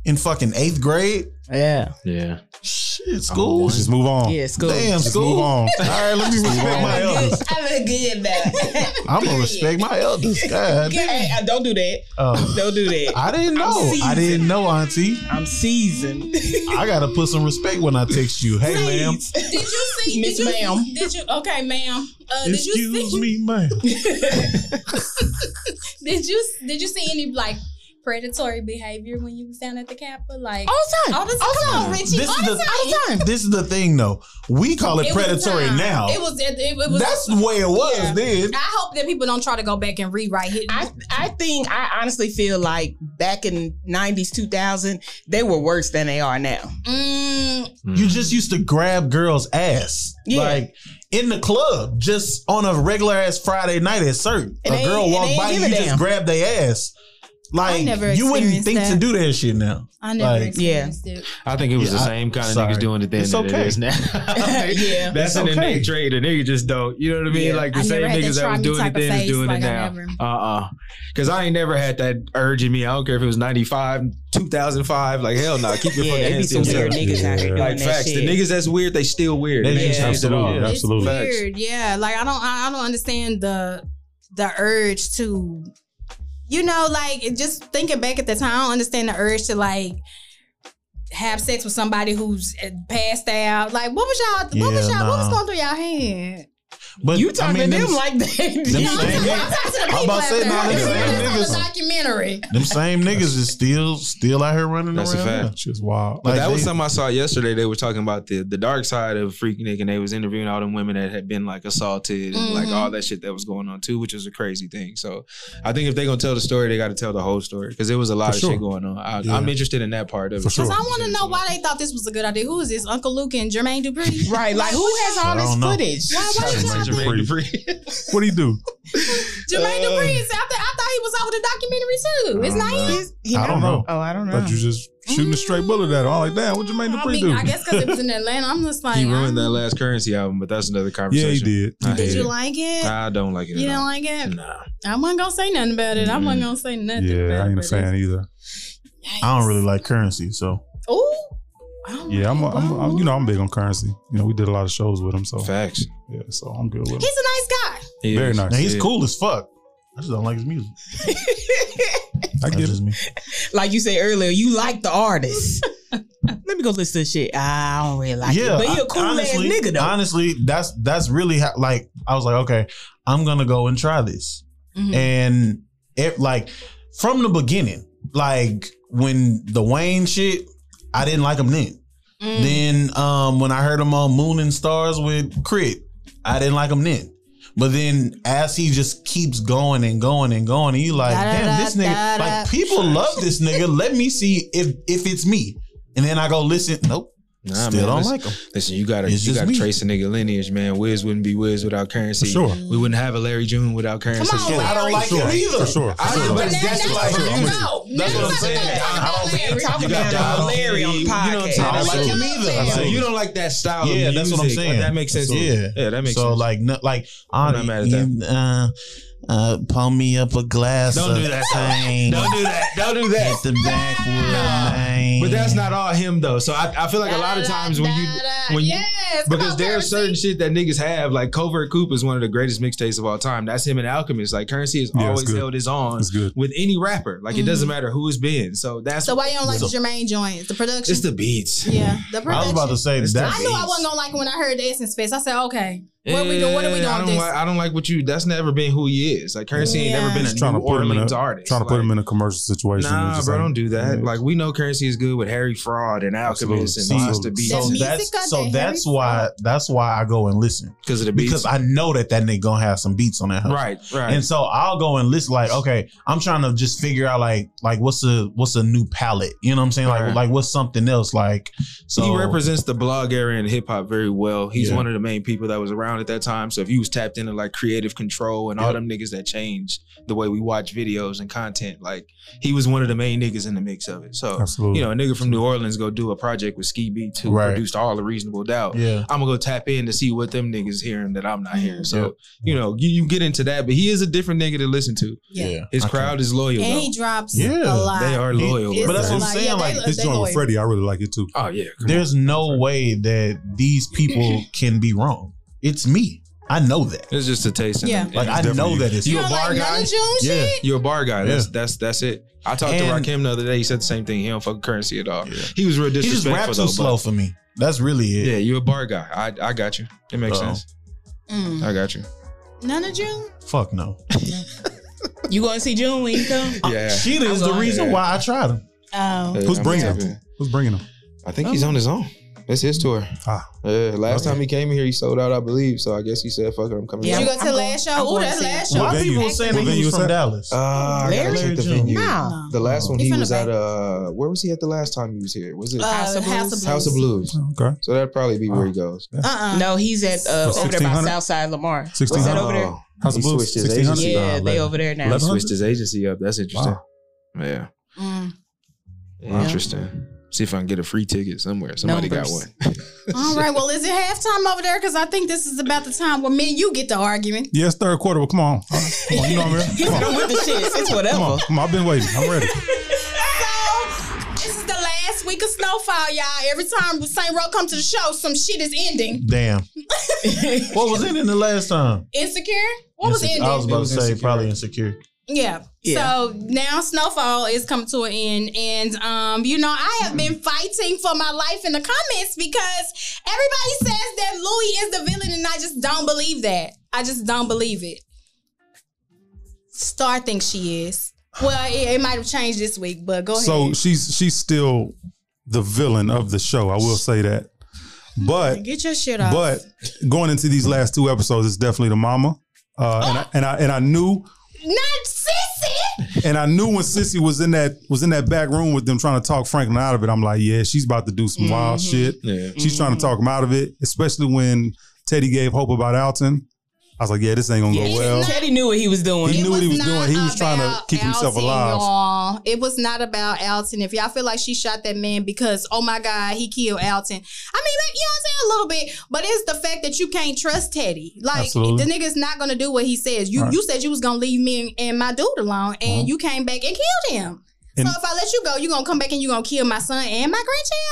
in fucking eighth grade. Yeah. Yeah. Shit, school. one. Let's just move on. Yeah, school. Damn, Let's move school. All on. right, let me respect my elders. I look good now. I'm gonna respect my elders. God, Yeah, hey, uh, don't do that. Oh, Don't do that. I didn't know. I didn't know, Auntie. I'm seasoned. I gotta put some respect when I text you. Hey, ma'am. Please. Did you see Miss did you, Ma'am. Did you okay, ma'am? Uh, did you Excuse see? me, ma'am. Did you did you see any like predatory behavior when you was down at the Kappa? Like All the all time. the time, Come on, Richie. This all is the the time. this is the thing though. We call it, It was predatory time. now. It was. It, it was. That's the way it was Yeah. then. I hope that people don't try to go back and rewrite it. I, I think I honestly feel like back in 90s 2000 they were worse than they are now. Mm, You just used to grab girls' ass. Yeah. Like in the club, just on a regular ass Friday night at certain. And a they- girl and they walked ain't by give you a just damn. grab their ass. Like never you wouldn't experienced think to that. do that shit now. I never Like- experienced it. I think it was Yeah, the I- same kind of sorry. niggas doing it then It's that okay. it is now. Yeah. That's It's in the okay. next trade. The nigga just don't. You know what I mean? Yeah. Like the I same never had that niggas that try was me doing type it of then is face, doing like, I it now. never- Uh uh Cause I ain't never had that urge in me. I don't care if it was 95, 2005. Like hell no. Keep your Yeah, fucking it be hands to some weird yourself. niggas out here doing Like that facts. shit. The niggas that's weird, they still weird. They They ain't just- changed at all. absolutely, Yeah. absolutely. Facts. It's weird, yeah. Like I don't, I, I don't understand the the urge to, you know, like it- just thinking back at the time, I don't understand the urge to like have sex with somebody who's uh, passed out. Like, what was y'all? What was Yeah, y'all? What was nah. going through y'all head? But You talking to them them, like them they No, I'm same talking- I'm niggas- talking to the I'm people about to out say, there. nah, That's them same on niggas- the documentary. them same niggas is still still out here running That's a around. fact. It's just wild. But Like, that was they- something I saw yesterday. They were talking about the the dark side of Freak Nick, and they was interviewing all them women that had been like assaulted and like Mhm. all that shit that was going on too, which is a crazy thing. So I think if they're gonna tell the story, they got to tell the whole story because there was a lot For of sure. shit going on. I, Yeah. I'm interested in that part of For it. sure. Cause I want to know why they thought this was a good idea. Who is this? Uncle Luke and Jermaine Dupri? right like who has all I this don't know. footage? Why, why did y'all think Jermaine Dupri. What do you do? Jermaine Dupri is out there? I thought he was out with a documentary too. It's not even. He I don't know. Oh, I don't know. But you just shooting a straight bullet at him. I'm like, damn, what Jermaine I Dupri mean, do? I guess because it was in Atlanta. I'm just like, he ruined I that don't- last currency album, but that's another yeah, conversation. he did. He I did. Did you Yeah. like it? I don't like you it. at didn't all. like it? Nah. I wasn't gonna say nothing about it. I wasn't Mm-mm. gonna say nothing. Mm-hmm. Yeah, about I ain't it. a fan either. I don't really like currency, so Ooh. Yeah, I'm, a, I'm, a, I'm, you know, I'm big on currency. You know, we did a lot of shows with him, so Facts. yeah, so I'm good with him. He's a nice guy. He Very is. nice. now, he's Yeah. cool as fuck. I just don't like his music. I That's get just it. me. like you said earlier, you like the artist. Let me go listen to this shit. I don't really like it. But he a I- cool honestly, ass nigga though. Honestly, that's that's really how, like I was like, okay, I'm gonna go and try this, Mm-hmm. Mhm. and it like from the beginning, like when the Wayne shit, I didn't like him then. Mm. Then um, when I heard him on Moon and Stars with Crit, I didn't like him then. But then as he just keeps going and going and going, and you like, Da, da, damn, da, this nigga, da, like da. people love this nigga. Let me see if if it's me. And then I go listen. Nope, Nah, still man, don't listen, like him. listen, you gotta It's you just gotta me. trace a nigga lineage, man. Wiz wouldn't be Wiz without currency. For sure. We wouldn't have a Larry June without currency. Come on, Yeah, I don't Larry. like For him sure. either. For sure. For I sure. don't But like now, that's that's like where music. we go. That's Now what I'm we're saying. gonna I talk don't about Larry. talking You about got that. that Larry on the You know what podcast. I'm saying? I don't like him Absolutely. either. So Absolutely. you don't like that style of Yeah, music. that's what I'm saying. That makes sense. Yeah. yeah, that makes so sense. like, no, like, i I'm not mad at Uh, uh, pull me up a glass. Don't of do that. Tang don't do that. Don't do that. At the backwood Nah. lane. But that's not all him though. So I, I feel like a lot of times when you when you yes, come because on, Currency. there's certain shit that niggas have, like Covert Coop is one of the greatest mixtapes of all time. That's him and Alchemist. Like currency has Yeah, it's always good. held his own It's good. with any rapper. Like it Mhm. doesn't matter who it's been. So that's So why you don't like So- the Jermaine joints? The production. it's the beats. yeah, the production. I was about to say It's that. the I knew I wasn't gonna like it when I heard the Essence Fest. I said, okay, What we do- what are we Eh, doing I don't, this- like, I don't like what you. That's never been who he is. Like currency ain't never Yeah. been a Just New trying to put him in Orleans a- artist. Trying to put Like, him in a commercial situation. Nah, It's just bro, like- don't do that. Yeah. Like we know currency is good with Harry Fraud and Alchemist and Absolutely. Monster Absolutely. Beats So music got that's so that that's Harry why Potter. that's why I go and listen because of the beats. because I know that that nigga gonna have some beats on that. House. right, right. And so I'll go and listen. Like, okay, I'm trying to just figure out like like what's a what's a new palette. You know what I'm saying? Like Right. like what's something else. Like so he represents the blog era in hip hop very well. He's Yeah. one of the main people that was around at that time. So if you was tapped into like creative control and all Yep. them niggas that changed the way we watch videos and content, like he was one of the main niggas in the mix of it. So Absolutely. you know, a nigga from New Orleans go do a project with Ski Beats who Right. produced all the Reasonable Doubt. Yeah. I'm gonna go tap in to see what them niggas hearing that I'm not hearing. So you know, you, you get into that, but he is a different nigga to listen to. Yeah. His Okay. crowd is loyal. And though. he drops a Yeah, lot. They are loyal. It's bro. But that's what I'm like, saying, yeah, they- like, they His joint with loyal. Freddie, I really like it too. oh yeah. come on. There's no way that these people can be wrong. It's me. I know that. It's just a taste. in Yeah. it. Like And I know definitely- that it's You You're a bar like, none guy? of June Yeah. shit? You're a bar guy. That's that's that's it. I talked to And- Rakim the other day. He said the same thing. He don't fuck with currency at all. Yeah. He was real He just disrespectful. rap though, too but- slow for me. That's really it. Yeah, you're a bar guy. I I got you. It makes Uh-oh. sense. Mm. I got you. None of June? Fuck no. You going to see June when you come? Yeah. Sheeta is the I'm reason lying. why I tried him. Uh, Oh. Who's bringing yeah. him? Who's bringing him? I think he's on his own. It's Oh. his tour. Ah. Yeah, last Okay. time he came here, he sold out, I believe. So I guess he said, "Fuck it, I'm coming." Did Yeah. back." you go I'm to the going- last I'm show? Oh, going that to last see show. it. Why venue? people saying that What he venue was was from that? Dallas? Uh, I gotta Larry check the June. venue. No. Uh, The last one He he finna was at. back. Uh, where was he at the last time he was here? Was it Uh, House of House Blues? of Blues. House of Blues? Okay. So that'd probably be where he goes. Uh-uh. No, he's at uh, over For there by 1600? Southside Lamar. Was that 1600? over there? House of He Blues, switched his 1600? agency. Yeah, Nah, they like- over there now. He Eleven- switched his agency up. That's interesting. Wow. Yeah. Mm. Yeah. Interesting. See if I can get a free ticket somewhere. Somebody got Numbers. one. All right. Well, is it halftime over there? Because I think this is about the time where me and you get the argument. Yes, third quarter. Well, come on. All right. Come on. You know I'm He here. said, Come I'm on. with the shits. It's Come whatever. on. Come on. I've been waiting. I'm ready. So this is the last week of snowfall, y'all. Every time Saint Row come to the show, some shit is ending. Damn. What was in it the last time? Insecure? What was Insec- ending? I was It about to was say Insecure. probably insecure. Yeah. Yeah. So now snowfall is coming to an end, and um, you know I have been fighting for my life in the comments because everybody says that Louis is the villain, and I just don't believe that. I just don't believe it. Star thinks she is. Well, it, it might have changed this week, but go ahead. So she's she's still the villain of the show. I will say that. But get your shit off. but going into these last two episodes, it's definitely the mama. Uh, and, I, and I and I knew Not sissy. and I knew when Sissy was in that was in that back room with them trying to talk Franklin out of it. I'm like, yeah, she's about to do some wild Mm-hmm. shit. Yeah. She's trying to talk him out of it, especially when Teddy gave hope about Alton. I was like, yeah, this ain't gonna Yeah. go well. Teddy knew what he was doing. He knew what he was doing. He not was trying to about keep himself Alton, alive. y'all. It was not about Alton. If y'all feel like she shot that man because, oh my God, he killed Alton. I mean, like, you know what I'm saying? A little bit. But it's the fact that you can't trust Teddy. Like, Absolutely. the nigga's not going to do what he says. You Right. you said you was going to leave me and, and my dude alone, and Mhm. you came back and killed him. And- so if I let you go, you're going to come back and you're going to kill my son and my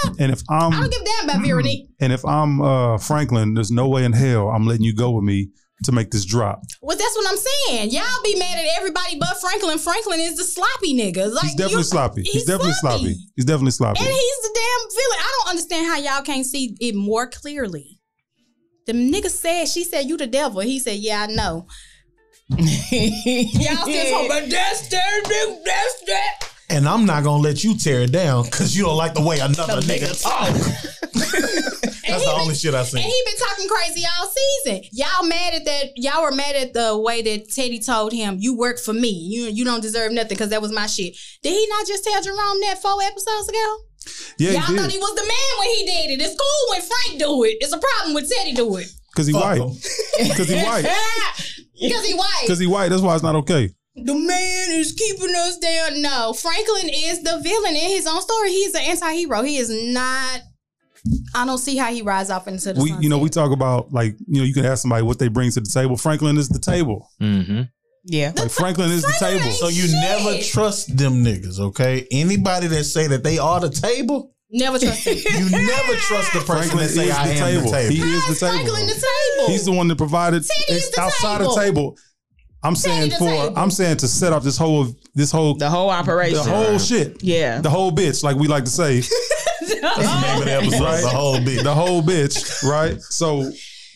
grandchild? And if I I'm don't give a damn Mm-hmm. about Veronique. and if I'm uh, Franklin, there's no way in hell I'm letting you go with me to make this drop. Well, that's what I'm saying. Y'all be mad at everybody but Franklin. Franklin is the sloppy nigga. Like He's definitely you- sloppy. He's, definitely sloppy. He's definitely sloppy. And he's the damn villain. I don't understand how y'all can't see it more clearly. The nigga said, she said, you the devil. He said, yeah, I know. Y'all still talking about that's that, nigga, that's that. And I'm not gonna let you tear it down because you don't like the way another nigga talk. That's he the only been- shit I And seen. he been talking crazy all season. Y'all mad at that. Y'all were mad at the way that Teddy told him, you work for me. You, you don't deserve nothing because that was my shit. Did he not just tell Jerome that four episodes ago? yeah, Y'all he thought he did was the man when he did it. It's cool when Frank do it. It's a problem when Teddy do it. because he, Fuck white. him. Because he white. Because he white. Because he white. That's why it's not okay. The man is keeping us down. No, Franklin is the villain in his own story. He's an anti-hero. He is not. I don't see how he rides off into the We you know we sunset. talk about like you know you can ask somebody what they bring to the table. Franklin is the table. Mm-hmm. yeah. Like Franklin is the Franklin table. ain't So So you Shit. never trust them niggas, okay? Anybody that say that they are the table, never trust him. you never trust the person Franklin that say is I the am table. the He table. is the table. Franklin the table. He's the one that provided Teddy is the outside table. the table. I'm Teddy saying the for table. I'm saying to set up this whole this whole The whole operation. the whole shit. yeah. The whole bitch, like we like to say. That's the name of the episode. Right. The whole bit. the whole bitch, right? So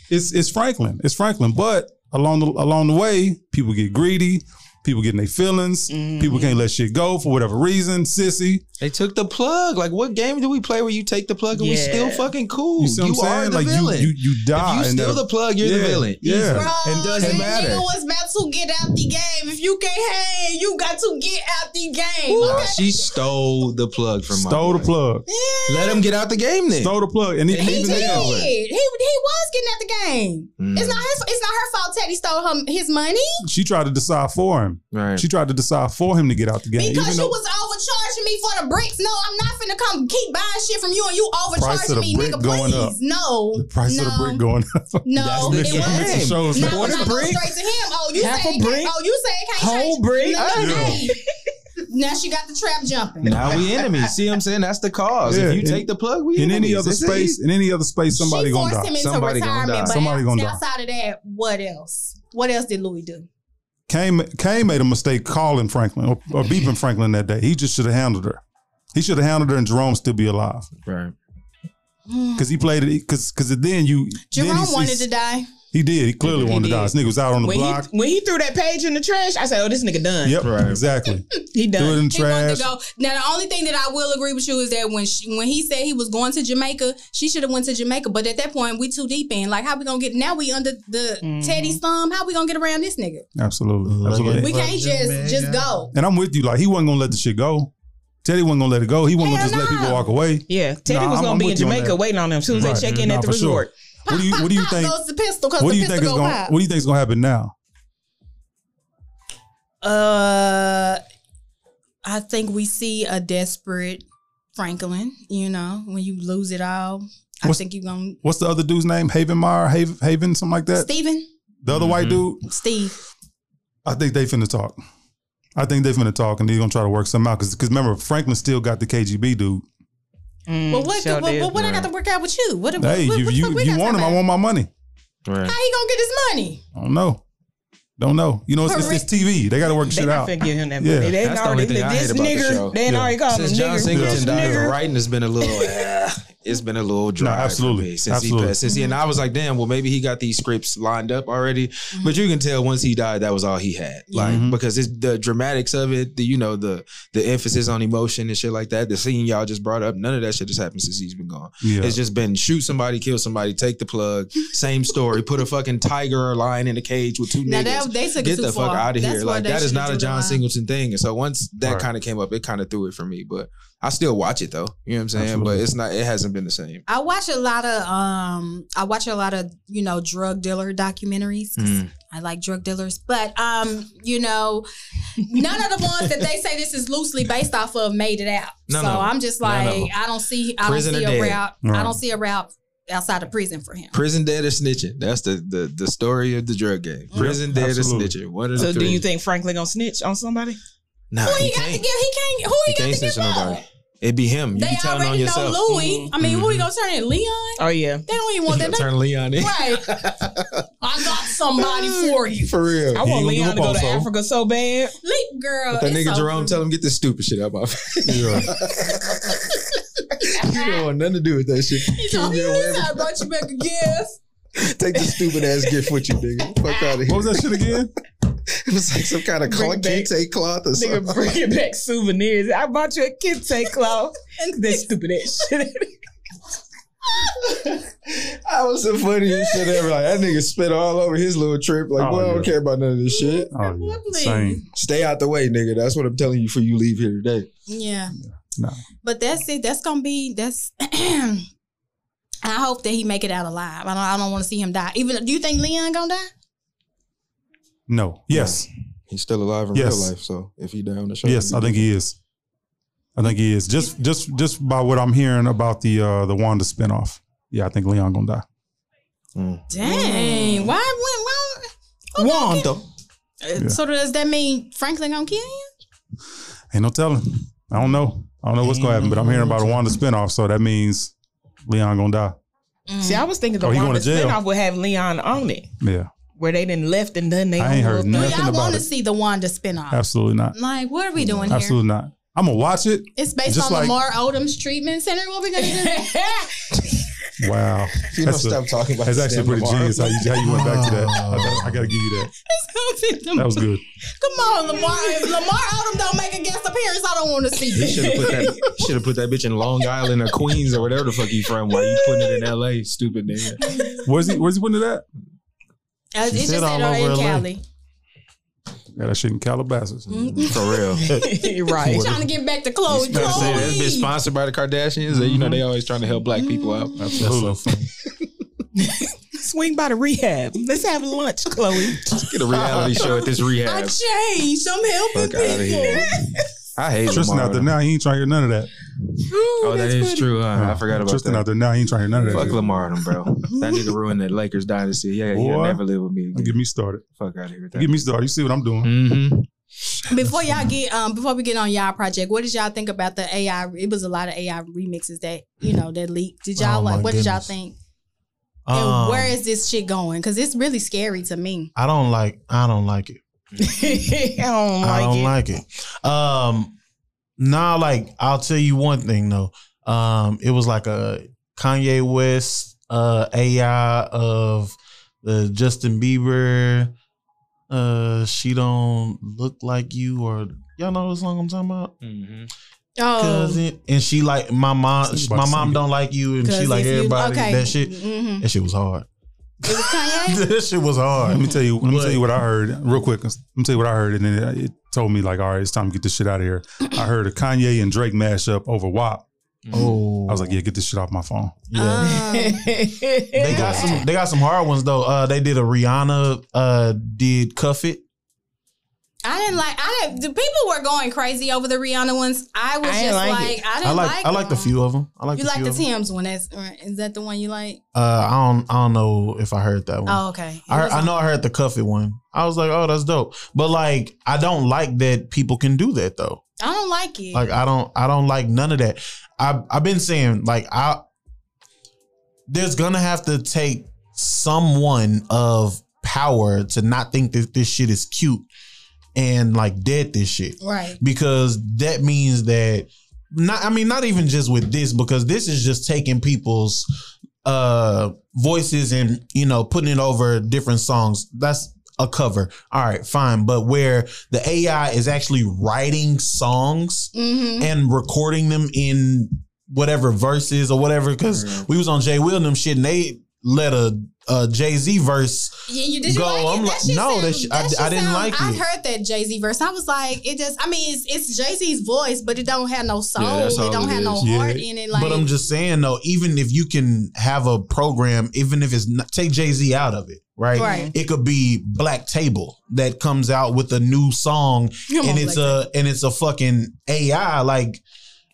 it's it's Franklin. It's Franklin. But along the along the way, people get greedy. People get in their feelings. Mm-hmm. People can't let shit go for whatever reason. Sissy, They took the plug. Like, what game do we play where you take the plug and we Yeah. still fucking cool? you You, see what I'm are saying? the Like you, villain. you, you die. if you and steal that- the plug, you're Yeah, the villain. yeah. Bro, It that doesn't matter. nigga was about to get out the game. If you can't hang, you got to get out the game. Nah, Okay? she stole the plug from my stole the boy. plug. Let him get out the game then. Stole the plug, and, And he, He Even did. He, he over. was getting out the game. Mm, It's not his. It's not her fault. Teddy stole her, his money she tried to decide for him. right. She tried to decide for him to get out the game. because even you though was overcharging me for the bricks. No, I'm not finna come keep buying shit from you and you Price of overcharging the me, brick nigga. going Please, up. no. the price no, of the brick going up. No, That's it the was. game. It shows Now that. when Quarter I go brick? straight to him, oh, you Half say a it brick? can't, oh, you say it can't Whole change. brick? No, no, Yeah. hey. Now she got the trap jumping. Now we enemies. See what I'm saying? That's the cause. Yeah, if you in- take the plug, we in any enemies. other It's space, easy. in any other space, somebody she gonna forced die. him into Somebody gonna retirement, die. but Somebody gonna die. outside of that, what else? What else did Louis do? Kane, Kane made a mistake calling Franklin or, or beeping Franklin that day. He just should have handled her. He should have handled her, and Jerome still be alive Right. because he played it. Because because then you Jerome then he, wanted to die. He did. He clearly He wanted to die. did. This nigga was out on the When he, block. when he threw that page in the trash, I said, "Oh, this nigga done. yep, Right. exactly. He Threw it done." in the She wanted trash. to go. Now the only thing that I will agree with you is that when she, when he said he was going to Jamaica, she should have went to Jamaica. But at that point, we too deep in. Like, how we gonna get? Now we under the Teddy's thumb. How we gonna get around this nigga? Absolutely, Look absolutely. at- We But can't just just Jamaica. go. And I'm with you. Like he wasn't gonna let the shit go. Teddy wasn't gonna let it go. He wasn't gonna Hell just let no. people walk away. Yeah, Teddy Nah, was I'm- gonna I'm be in with you on Jamaica that. waiting on him as soon as Right. they check in Nah, at the for sure. resort. What do you What do you Pop think? goes the pistol because What the do you pistol think is go going? pop. What do you think is gonna happen now? Uh, I think we see a desperate Franklin. You know, when you lose it all, I What's- think you gonna What's the other dude's name? Haven Meyer, Haven, Haven something like that. Steven, The other white Mhm. dude. Steve. I think they finna talk. I think they finna talk, and they're gonna try to work something out. Because remember, Franklin still got the KGB dude. Mm, But Hmm, what? sure what, did. what, I got to work out with you? What? what, Hey, what, you what, you, what you want him? I want my money. Right. How he gonna get his money? I don't know. Don't know. You know, it's, it's, it's TV. They got to work They shit not out. finna give him that. Yeah. money. They That's the already, only thing I this hate about the nigga, show. they ain't Yeah. already called him Since John nigger. Singleton This died, the nigger. writing has been a little. eh, it's been a little dry. for absolutely. me Since Absolutely. he passed, since he and I was like, damn. Well, maybe he got these scripts lined up already. Mm-hmm. But you can tell once he died, that was all he had. Like Mhm. because it's the dramatics of it. The you know the the emphasis on emotion and shit like that. The scene y'all just brought up. None of that shit has happened since he's been gone. Yeah. It's just been shoot somebody, kill somebody, take the plug. Same story. Put a fucking tiger or lion in a cage with two Now niggas that they took it get too the far. fuck out of That's here. why Like they that is should've not a drew the John line. Singleton thing. And so once that Right. kind of came up, it kind of threw it for me. But I still watch it though. You know what I'm saying? Absolutely. But it's not. It hasn't been the same. I watch a lot of um I watch a lot of, you know, drug dealer documentaries. 'cause Mm. I like drug dealers. But um, you know, none of the ones that they say this is loosely based off of made it out. None so of 'em. I'm just None like, of 'em. I don't see I Prison don't or see a dead. route. I Right. don't see a route outside of prison for him. Prison dead or snitching. That's the the, the story of the drug game. Prison dead absolutely. or snitching. One of the So, do three. you think Franklin gonna snitch on somebody? Nah, Who he, he got to give can't. he can't who he, He got can't to give snitch on nobody. up? It'd be him. You They be telling on already yourself. know Louis. I mean, who he Mhm. gonna turn in? Leon? Oh yeah, They don't even want that. Turn Leon in. Right. I got somebody for you. For real. I want He ain't gonna give Leon up to go on to Soul. Africa so bad. Leap girl. But that it's nigga so Jerome rude. tell him get this stupid shit out my face. you don't want nothing to do with that shit. He's on Keep you your this weapon. I brought you back a gift. Take this stupid ass gift with you, nigga. Fuck out of here. What was that shit again? It was like some kind of Bring cloth, back- kente cloth or something. Nigga bringing back souvenirs. I bought you a kente cloth. that stupid ass shit. I was the funniest shit ever. Like that nigga spit all over his little trip. Like, Oh, boy, I don't yeah. care about none of this shit. Oh, yeah. Lovely. Same. Stay out the way, nigga. That's what I'm telling you before you leave here today. Yeah. No. But that's it. That's gonna be that's I hope that he make it out alive. I don't I don't wanna see him die. Even do you think Leon gonna die? No. Yes. He's still alive in Yes. real life, so if he down the show, Yes. I think he is. I think he is. Just just just by what I'm hearing about the uh the Wanda spinoff. Yeah, I think Leon gonna die. Dang. Why wouldn't why would- Wanda. Uh, So does that mean Franklin gonna kill you? Ain't no telling. I don't know. I don't know what's gonna happen, but I'm hearing about a Wanda spinoff, so that means Leon gonna die. See, I was thinking the Oh, oh, he going Wanda to jail. spinoff would have Leon on it, Yeah. where they didn't left and done they I ain't own heard Do little nothing. thing. y'all about wanna it. see the Wanda spinoff? Absolutely not. Like, what are we doing here? Absolutely not. I'm gonna watch it. It's based Just on like- Lamar Odom's treatment center. What we gonna do? Wow. You don't That's a- stop talking about That's this actually damn pretty Lamar. genius how you, how you went back to that. I, gotta- I got to give you that. That was good. Come on, Lamar. If Lamar Odom don't make a guest appearance, I don't want to see He this. should have put that. Should have put that bitch in Long Island or Queens or whatever the fuck he from. Why you putting it in L.A. Stupid nigga. Where's he, where's he putting it Uh, at? it She just said said all all in over LA. Cali. Yeah, that shit in Calabasas. Mm-hmm. For real. right. He's trying to get back to Chloe. About to say, that's been Chloe. sponsored by the Kardashians. and You know they always trying to help black people out. That's so funny. Swing by the rehab. Let's have lunch, Chloe. Get a reality show at this I rehab. changed. I'm helping Fuck outta here. people. I hate Tristan Lamar out there Odom. now. He ain't trying to hear none of that. Ooh, Oh, that that's is funny. true. Huh? I forgot about Tristan out that. there now. He ain't trying to hear none of that. Fuck Lamar Odom, bro. That nigga ruined the Lakers dynasty. Yeah, he'll Boy. never live with me Don't again. Get me started. Fuck out of here. with Don't Get me started. You see what I'm doing? Mhm. Before y'all get um before we get on y'all project, what did y'all think about the AI? It was a lot of AI remixes that you know that leaked. Did y'all Oh, my like? What did y'all goodness. think? Um, and where is this shit going? Because it's really scary to me. I don't like. I don't like it. I don't like I don't it. like it. Um, nah, like I'll tell you one thing though. Um, it was like a Kanye West uh AI of the Justin Bieber. Uh, she don't look like you, or y'all know what song I'm talking about? Mhm. Oh, Cousin, and she like my mom. Somebody My mom sing it. don't like you, and she like everybody. That shit. Mm-hmm. That shit was hard. It was Kanye. that shit was hard. Let me tell you. Let me But- tell you what I heard real quick. Let me tell you what I heard, and then it, it told me like, all right, it's time to get this shit out of here. I heard a Kanye and Drake mashup over WAP. Oh, I was like, yeah, get this shit off my phone. yeah. Um, They got some. They got some hard ones though. Uh, they did a Rihanna. Uh, did Cuff It. I didn't like. I didn't. The people were going crazy over the Rihanna ones. I was I didn't just like, like I didn't I like. I like the them. few of them. I like. You the like few the of 'em. Tim's one? That's is that the one you like? Uh, I don't. I don't know if I heard that one. Oh, okay. I, heard, I know I heard the Cuff It one. I was like, oh, that's dope. But like, I don't like that people can do that though. I don't like it. Like I don't I don't like none of that. I I've been saying like I there's gonna have to take someone of power to not think that this shit is cute and like dead this shit right. because that means that not I mean not even just with this because this is just taking people's uh voices and you know putting it over different songs that's a cover all right fine but where the AI is actually writing songs Mm-hmm. and recording them in whatever verses or whatever because Mhm. we was on Jay Will and them shit and they let a, a Jay-Z verse Yeah, you did. You Go, like it? I'm that like- shit no, sound- that shit- I- shit I didn't sound- like I it. heard that Jay Z verse. I was like, it just. I mean, it's, it's Jay Z's voice, but it don't have no soul. that's it all don't it have no is. Yeah. heart in it. Like, but I'm just saying though even if you can have a program even if it's not take Jay-Z out of it right, Right. it could be Black Table that comes out with a new song Come on, and it's uh, Blake. a and it's a fucking AI like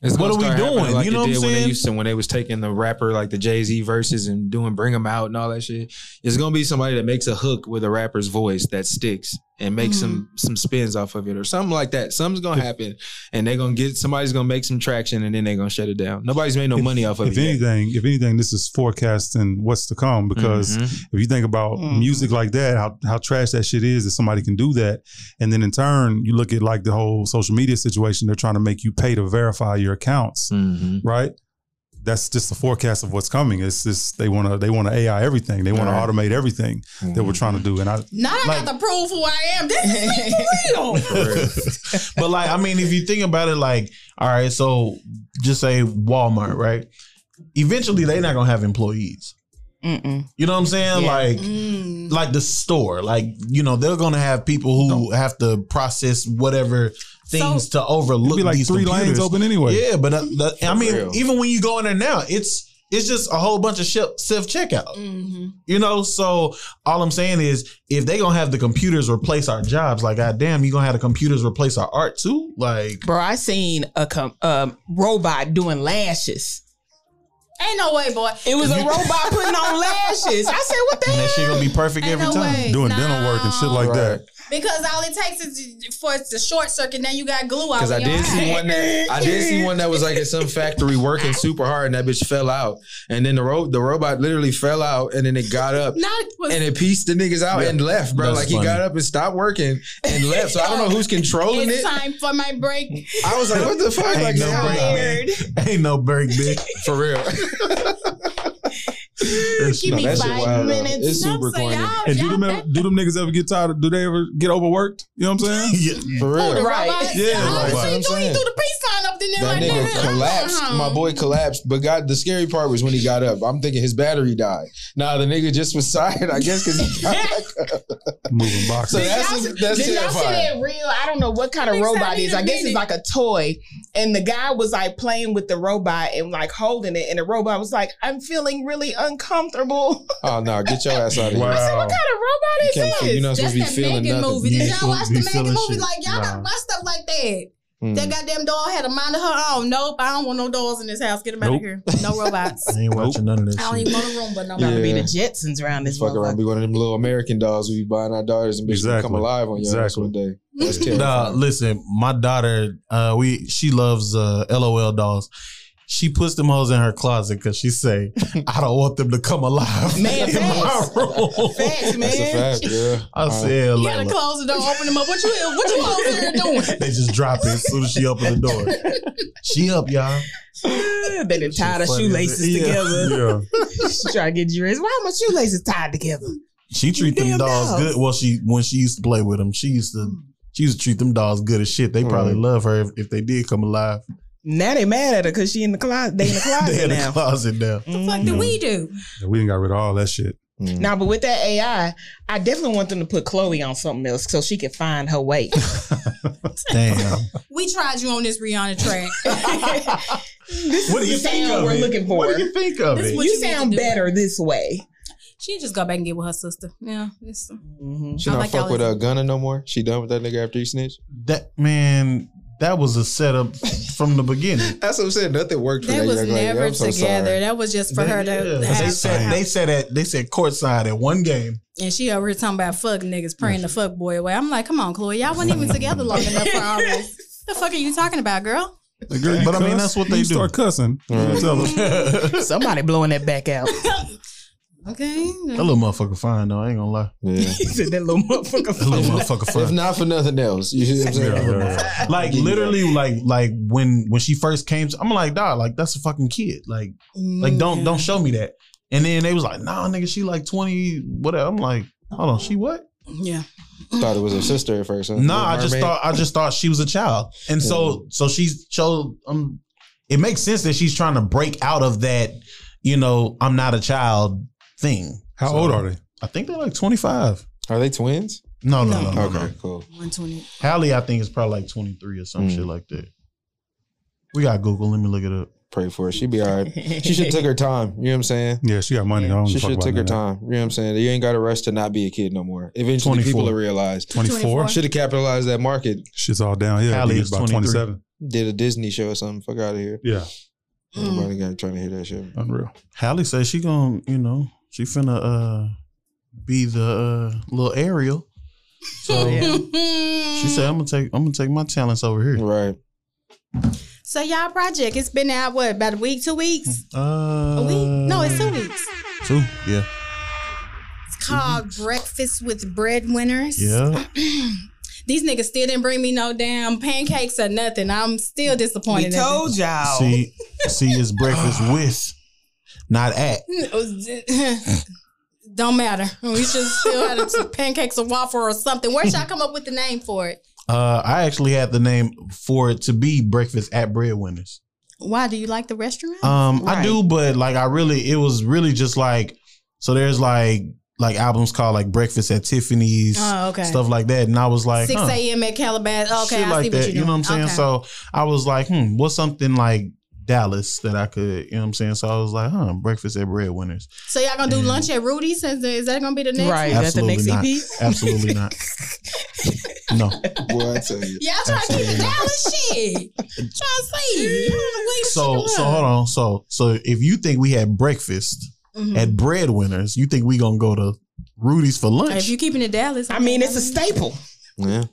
It's What gonna are we start happening doing? Like You it know what I'm did When they saying? used to when they was taking the rapper like the Jay Z verses and doing bring them out and all that shit. It's gonna be somebody that makes a hook with a rapper's voice that sticks and makes some Mm-hmm. some spins off of it or something like that. Something's gonna happen and they're gonna get somebody's gonna make some traction and then they're gonna shut it down. Nobody's made no If- money off of If it. yet. anything, if anything, this is forecasting what's to come because Mhm. if you think about Mhm. music like that, how, how trash that shit is that somebody can do that. And then in turn, you look at like the whole social media situation, they're trying to make you pay to verify your accounts, Mhm. right? That's just a forecast of what's coming. It's just they want to they want to AI everything. They want to Right. automate everything that Mm-hmm. we're trying to do. And I Now I like- got to prove who I am. This is For real. but like, I mean, if you think about it, like, all right, so just say Walmart, right? Eventually, they're not gonna have employees. Mm-mm. You know what I'm saying? Yeah. Like, Mm. like the store, like you know, they're gonna have people who have to process whatever things to it'd overlook be like these three lanes computers. open anyway. Yeah, but uh, the, I For mean, real. even when you go in there now, it's it's just a whole bunch of self checkout. Mhm. You know, so all I'm saying is, if they gonna have the computers replace our jobs, like goddamn, you gonna have the computers replace our art too? Like, Bro, I seen a com- um, robot doing lashes. Ain't no way, boy. It was a robot putting on lashes. I said, "What the And that shit hell?" gonna be perfect Ain't every no time. way. Doing dental work and shit like that. Because all it takes is for it to short circuit. Now you got glue out. Because I in your did eye. see one that I did see one that was like at some factory working super hard, and that bitch fell out. And then the ro- the robot literally fell out, and then it got up. Not it was, And it pieced the niggas out Yeah. and left, bro. That's like he funny. got up and stopped working and left. So I don't know who's controlling it's it. time for my break. I was like, what the fuck? Ain't Like, no nah, break, man. Ain't no break, bitch. for real. That's- Give no, me that shit five wild, though. minutes. It's I'm super saying, corny. y'all- And do y'all them, back- ever, do them niggas ever get tired? Do they ever get overworked? You know what I'm saying? Yeah. For Oh, the real. Right. robots. Yeah, Yeah, like, like, so what I'm you threw saying. he threw the peace sign up in there That right nigga there. collapsed. My boy collapsed, but God, the scary part was when he got up. I'm thinking his battery died. Nah, the nigga just was tired, I guess, because he got back up. Moving So boxes. that's that's Did y'all see terrifying. that real? I don't know what kind of Makes that robot it need is. a I guess it's minute. like a toy. And the guy was like playing with the robot and like holding it. And the robot was like, I'm feeling really uncomfortable. Oh no, get your ass out of here. Wow. what kind of You robot can't is feel- you're this? not That's supposed to be that feeling Megan nothing. movie. Did y'all You watch feel- the you Megan feeling movie? shit. Like y'all Nah. got watch stuff like that. Mm. That goddamn doll had a mind of her own. Nope, I don't want no dolls in this house. Get them out Nope. of here. No robots. I ain't watching none of I don't that shit. even want a room, but no Yeah. Gotta robots. be the Jetsons around this Fuck around, motherfucker. be one of them little American dolls we be buying our daughters and bitches gonna come Exactly. alive on your ass Exactly. one day. That's terrible. Nah, listen, my daughter, uh, we she loves uh, LOL dolls. She puts them hoes in her closet because she say, "I don't want them to come alive." Man, in my facts. room. Facts, That's a man. fact, girl. I Uh, said, You "Layla." gotta close the door, open them up. What you what you over here doing? They just drop it as soon as she opened the door. She up, y'all. they done tied her Shit funny, shoelaces isn't it? Yeah. together. Yeah. she try to get dressed. Why are my shoelaces tied together? She treat Damn them dolls dolls. good. Well, she when she used to play with them, she used to she used to treat them dolls good as shit. They probably Right. love her if, if they did come alive. Now they mad at her because she in the closet. They in the They closet in the now. closet now. Mhm. Fuck Mm-hmm. do we do? We didn't got rid of all that shit. mm. Now, but with that AI, I definitely want them to put Chloe on something else so she can find her way. Damn. We tried you on this Rihanna track. what do you the think sound of we're it? looking for. What do you think of This it? What you, you need to sound do. better this way. she just go back and get with her sister. Yeah, it's, She Mm-hmm. I not like fuck y'all with a uh, listen. gunner no more. She done with that nigga after he snitched. That man, that was a setup from the beginning. That's what I'm saying. Nothing worked for they that was young lady. never I'm so together. sorry. That was just for her Yeah. to. they have- said they said at they said courtside at one game. And she over here talking about fuck niggas praying the fuck boy away. I'm like, come on, Chloe, y'all wasn't even together long enough for all this. The fuck are you talking about, girl? The girl, you But I mean, cuss, that's what they you do. Start cussing. You know what I'm telling you? that Somebody blowing that back out. Okay. little motherfucker fine though. I ain't gonna lie. Yeah. he said that little motherfucker. That little motherfucker if fine. not for nothing else, you see what I'm saying? Like literally, like like when when she first came, I'm like, dog, like that's a fucking kid. Like Like don't don't show me that. And then they was like, nah, nigga, she like 20, whatever. I'm like, hold on, she what? Yeah. Thought it was her sister at first. Huh? Nah, I Little just Mermaid. thought I just thought she was a child. And so so she showed um it makes sense that she's trying to break out of that, you know, I'm not a child thing. How So, old are they? I think they're like 25. Are they twins? No, no, No. no. no, Okay, no. cool. 120. Hallie, I think, is probably like 23 or some Mm. shit like that. We got Google. Let me look it up. Pray for her. She be all right. She should have took her time. You know what I'm saying? Yeah, she got money. I don't She give a should have fuck took her about none time. You know what I'm saying? You ain't got to rush to not be a kid no more. Eventually, 24. people will realize. of that. 24. 24. Should have capitalized that market. Shit's all down here. Hallie Hallie is about 23. 27. Did a Disney show or something. Fuck out of here. Yeah, Mm. Everybody got trying to hear that shit. unreal. Hallie says she gonna, you know, she finna uh be the uh, little Ariel. So she said, I'm gonna take I'm gonna take my talents over here. Right. So y'all project, it's been out what, about a week, two weeks? Uh, A week? No, it's two weeks. two. Yeah, It's called Breakfast with Breadwinners. Mm-hmm. yeah. These niggas still didn't bring me no damn pancakes or nothing. I'm still we disappointed. told y'all. See, see, it's breakfast with, not at. Don't matter. We should still have some pancakes or waffle or something. Where should I come up with the name for it? Uh, I actually had the name for it to be breakfast at breadwinners. Why do you like the restaurant? Um, I Right. do, but like I really, it was really just like so. There's like like albums called like Breakfast at Tiffany's, oh, okay. stuff like that, and I was like, Six huh. a.m. at Calabas. Okay, shit I like see that. what you're doing. you know what I'm saying? Okay. So I was like, hmm, what's something like Dallas that I could, you know what I'm saying? So I was like, huh, breakfast at Breadwinners. So y'all gonna do Mm. lunch at Rudy's? Is that- is that gonna be the next? Right, One? that's the next E Absolutely not. EP. Absolutely not. No. Boy, I tell you. Y'all trying to keep it down and shit. Trying to see. So so hold on. So so if you think we had breakfast Mm-hmm. Hmm. at Breadwinners, you think we gonna go to Rudy's for lunch? If you keeping it Dallas, I mean, it's a staple. Yeah.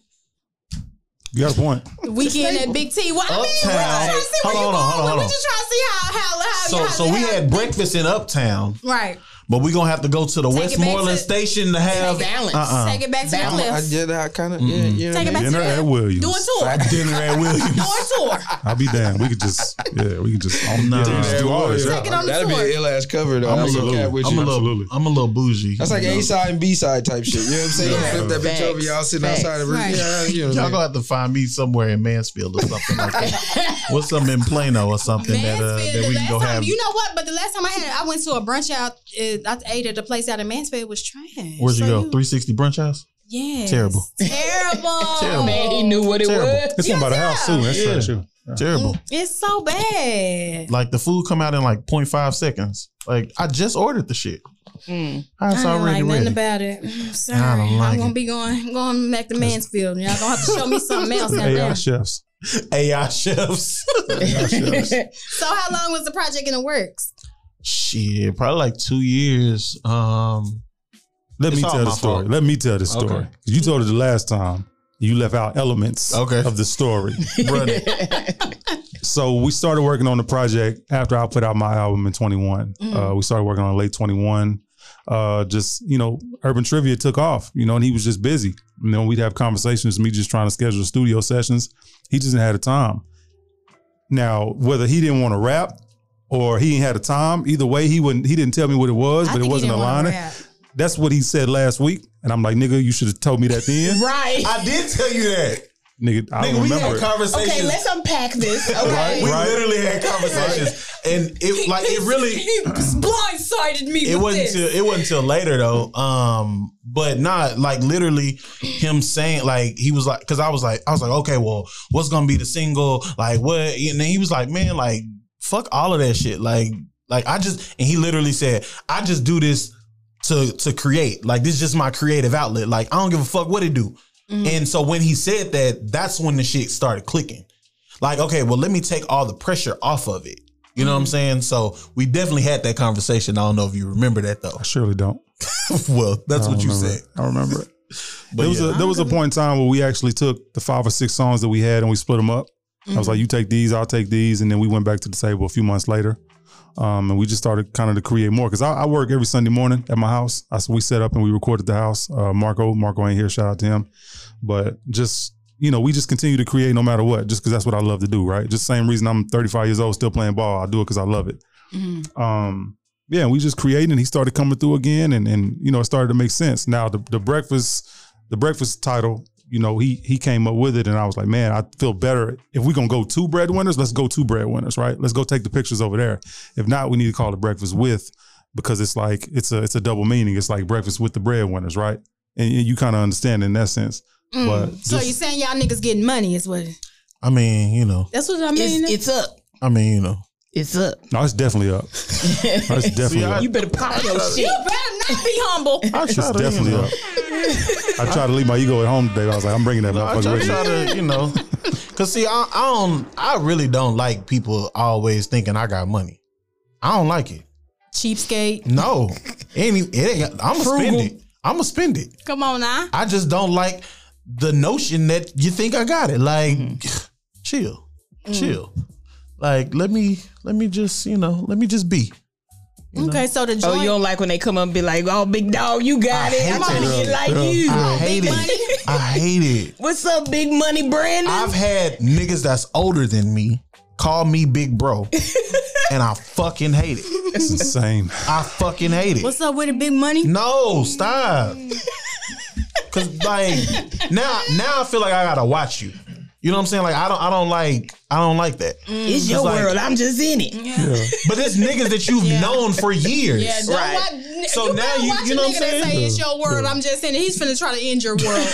You got a point. Weekend at Big T. Well, I mean, we're Uptown. just trying to see where Hold you on, hold on, going. hold We're on. just trying to see how how how. So how so we how- had breakfast in Uptown, right. but we gonna have to go to the back Westmoreland to- station to have balance. uh-uh. Take it back to the Balance. I'm a, I, cliffs. yeah, I kind of. Yeah, you know Take it what I back to Dinner the at cliff. Williams. Do a tour. dinner at Williams. Do a tour. I'll be damned. We could just, yeah, we could just, I'm, Nah. yeah, we just do all this. Take it on the That'd be tour. an ill ass cover though. I'm That's a okay little- with I'm a you. little, Absolutely. I'm a little bougie. That's like you know? A side and B side type shit. You know what I'm saying? Yeah. Flip that bitch Facts. over, y'all sitting Facts. outside of her. Right. Yeah, you know what I Y'all mean? gonna have to find me somewhere in Mansfield or something like that. What's something in Plano or something that uh, Mansfield, that we the can go last time, have? you know what? But the last time I had, I went to a brunch out. Uh, I ate at a place out in Mansfield. It was trash. Where'd you So go? 360 Brunch House? Yes. Terrible. Terrible. Terrible. Man, he knew what it Terrible. was. It's one by the house too. That's Yeah. yeah. true. Terrible. It's so bad. Like the food come out in like 0.5 seconds. Like I just ordered the shit. Mm. I was I don't already like ready. nothing about it. I'm sorry. I don't like I'm gonna it. be going going back to Mansfield. Y'all gonna have to show me something else out AI there. chefs. AI chefs. So how long was the project in the works? shit, probably like two years. Um Let It's me all tell the my story. fault. Let me tell the story. Okay. You told it the last time. You left out elements Okay. of the story. run it. so we started working on the project after I put out my album in 21. Mhm. Uh, we started working on it late 21. Uh, just, you know, Urban Trivia took off, you know, and he was just busy. You know, we'd have conversations, me just trying to schedule studio sessions. He just didn't have the time. Now, whether he didn't want to rap or he ain't had the time, either way, he wouldn't, he didn't tell me what it was, I but think it he wasn't didn't wanna aligning. rap. That's what he said last week. And I'm like, nigga, you should have told me that then. Right. I did tell you that. Nigga, I Nigga, we don't remember. had it. conversations. Okay, let's unpack this. Right, Okay. we Right. literally had conversations, and it like it really he blindsided me. it with wasn't this. till it wasn't till later though. Um, but not like literally him saying like he was like because I was like I was like okay, well, what's gonna be the single? Like what? And then he was like, man, like fuck all of that shit. Like like I just and he literally said, I just do this to to create. Like this is just my creative outlet. Like I don't give a fuck what it do. And so when he said that, that's when the shit started clicking. Like okay, well, let me take all the pressure off of it. You know what I'm saying? So we definitely had that conversation. I don't know if you remember that though. I surely don't. well, that's I don't what you remember said. it. I remember it. But there was yeah. a there was a point in time where we actually took the five or six songs that we had and we split them up. I was like, you take these, I'll take these, and then we went back to the table a few months later, um, and we just started kind of to create more because I, I work every Sunday morning at my house. I, so we set up and we recorded the house. Uh, Marco, Marco ain't here. Shout out to him, but just. You know, we just continue to create no matter what, just because that's what I love to do, right? Just same reason I'm 35 years old still playing ball. I do it because I love it Mm-hmm. um yeah we just created and he started coming through again and and you know it started to make sense now the, the breakfast the breakfast title you know he he came up with it and i was like man i feel better if we're gonna go two breadwinners let's go two breadwinners right let's go take the pictures over there if not we need to call it breakfast with because it's like it's a it's a double meaning it's like breakfast with the breadwinners right and, and you kind of understand in that sense Mm. Mm-hmm. but so just- you saying y'all niggas getting money is what? I mean, you know, That's what I mean. It's, it's up. I mean, you know, It's up. no it's definitely up that's definitely up You better pop your shit. you better not be humble. I it's definitely you know, up i tried to leave my ego at home today i was like i'm bringing that I motherfucker try, with me try to, you know, cause see, I, I don't, I really don't like people always thinking I got money. I don't like it. Cheapskate. No, any, it ain't. I'm gonna spend Frugal. it. I'm gonna spend it. Come on now. I just don't like the notion that you think I got it. Like, chill, chill. Like, let me, let me just, you know, let me just be. You know? Okay, so Oh, the you joint. don't like when they come up and be like, "Oh, big dog, you got I it. hate I'm gonna that. get like Yeah. you." I big hate money. it. I hate it. What's up, big money, Brandon? I've had niggas that's older than me call me big bro, and I fucking hate it. it's insane I fucking hate it. What's up with the big money? No, stop. Cause like now, now I feel like I gotta watch you. You know what I'm saying? Like I don't, I don't like, I don't like that. it's your like- world. I'm just in it. But there's niggas that you've known for years. Yeah, don't Right. watch, So you now better you- watch you a know nigga what I'm that saying? say it's your world. I'm just saying he's finna try to end your world.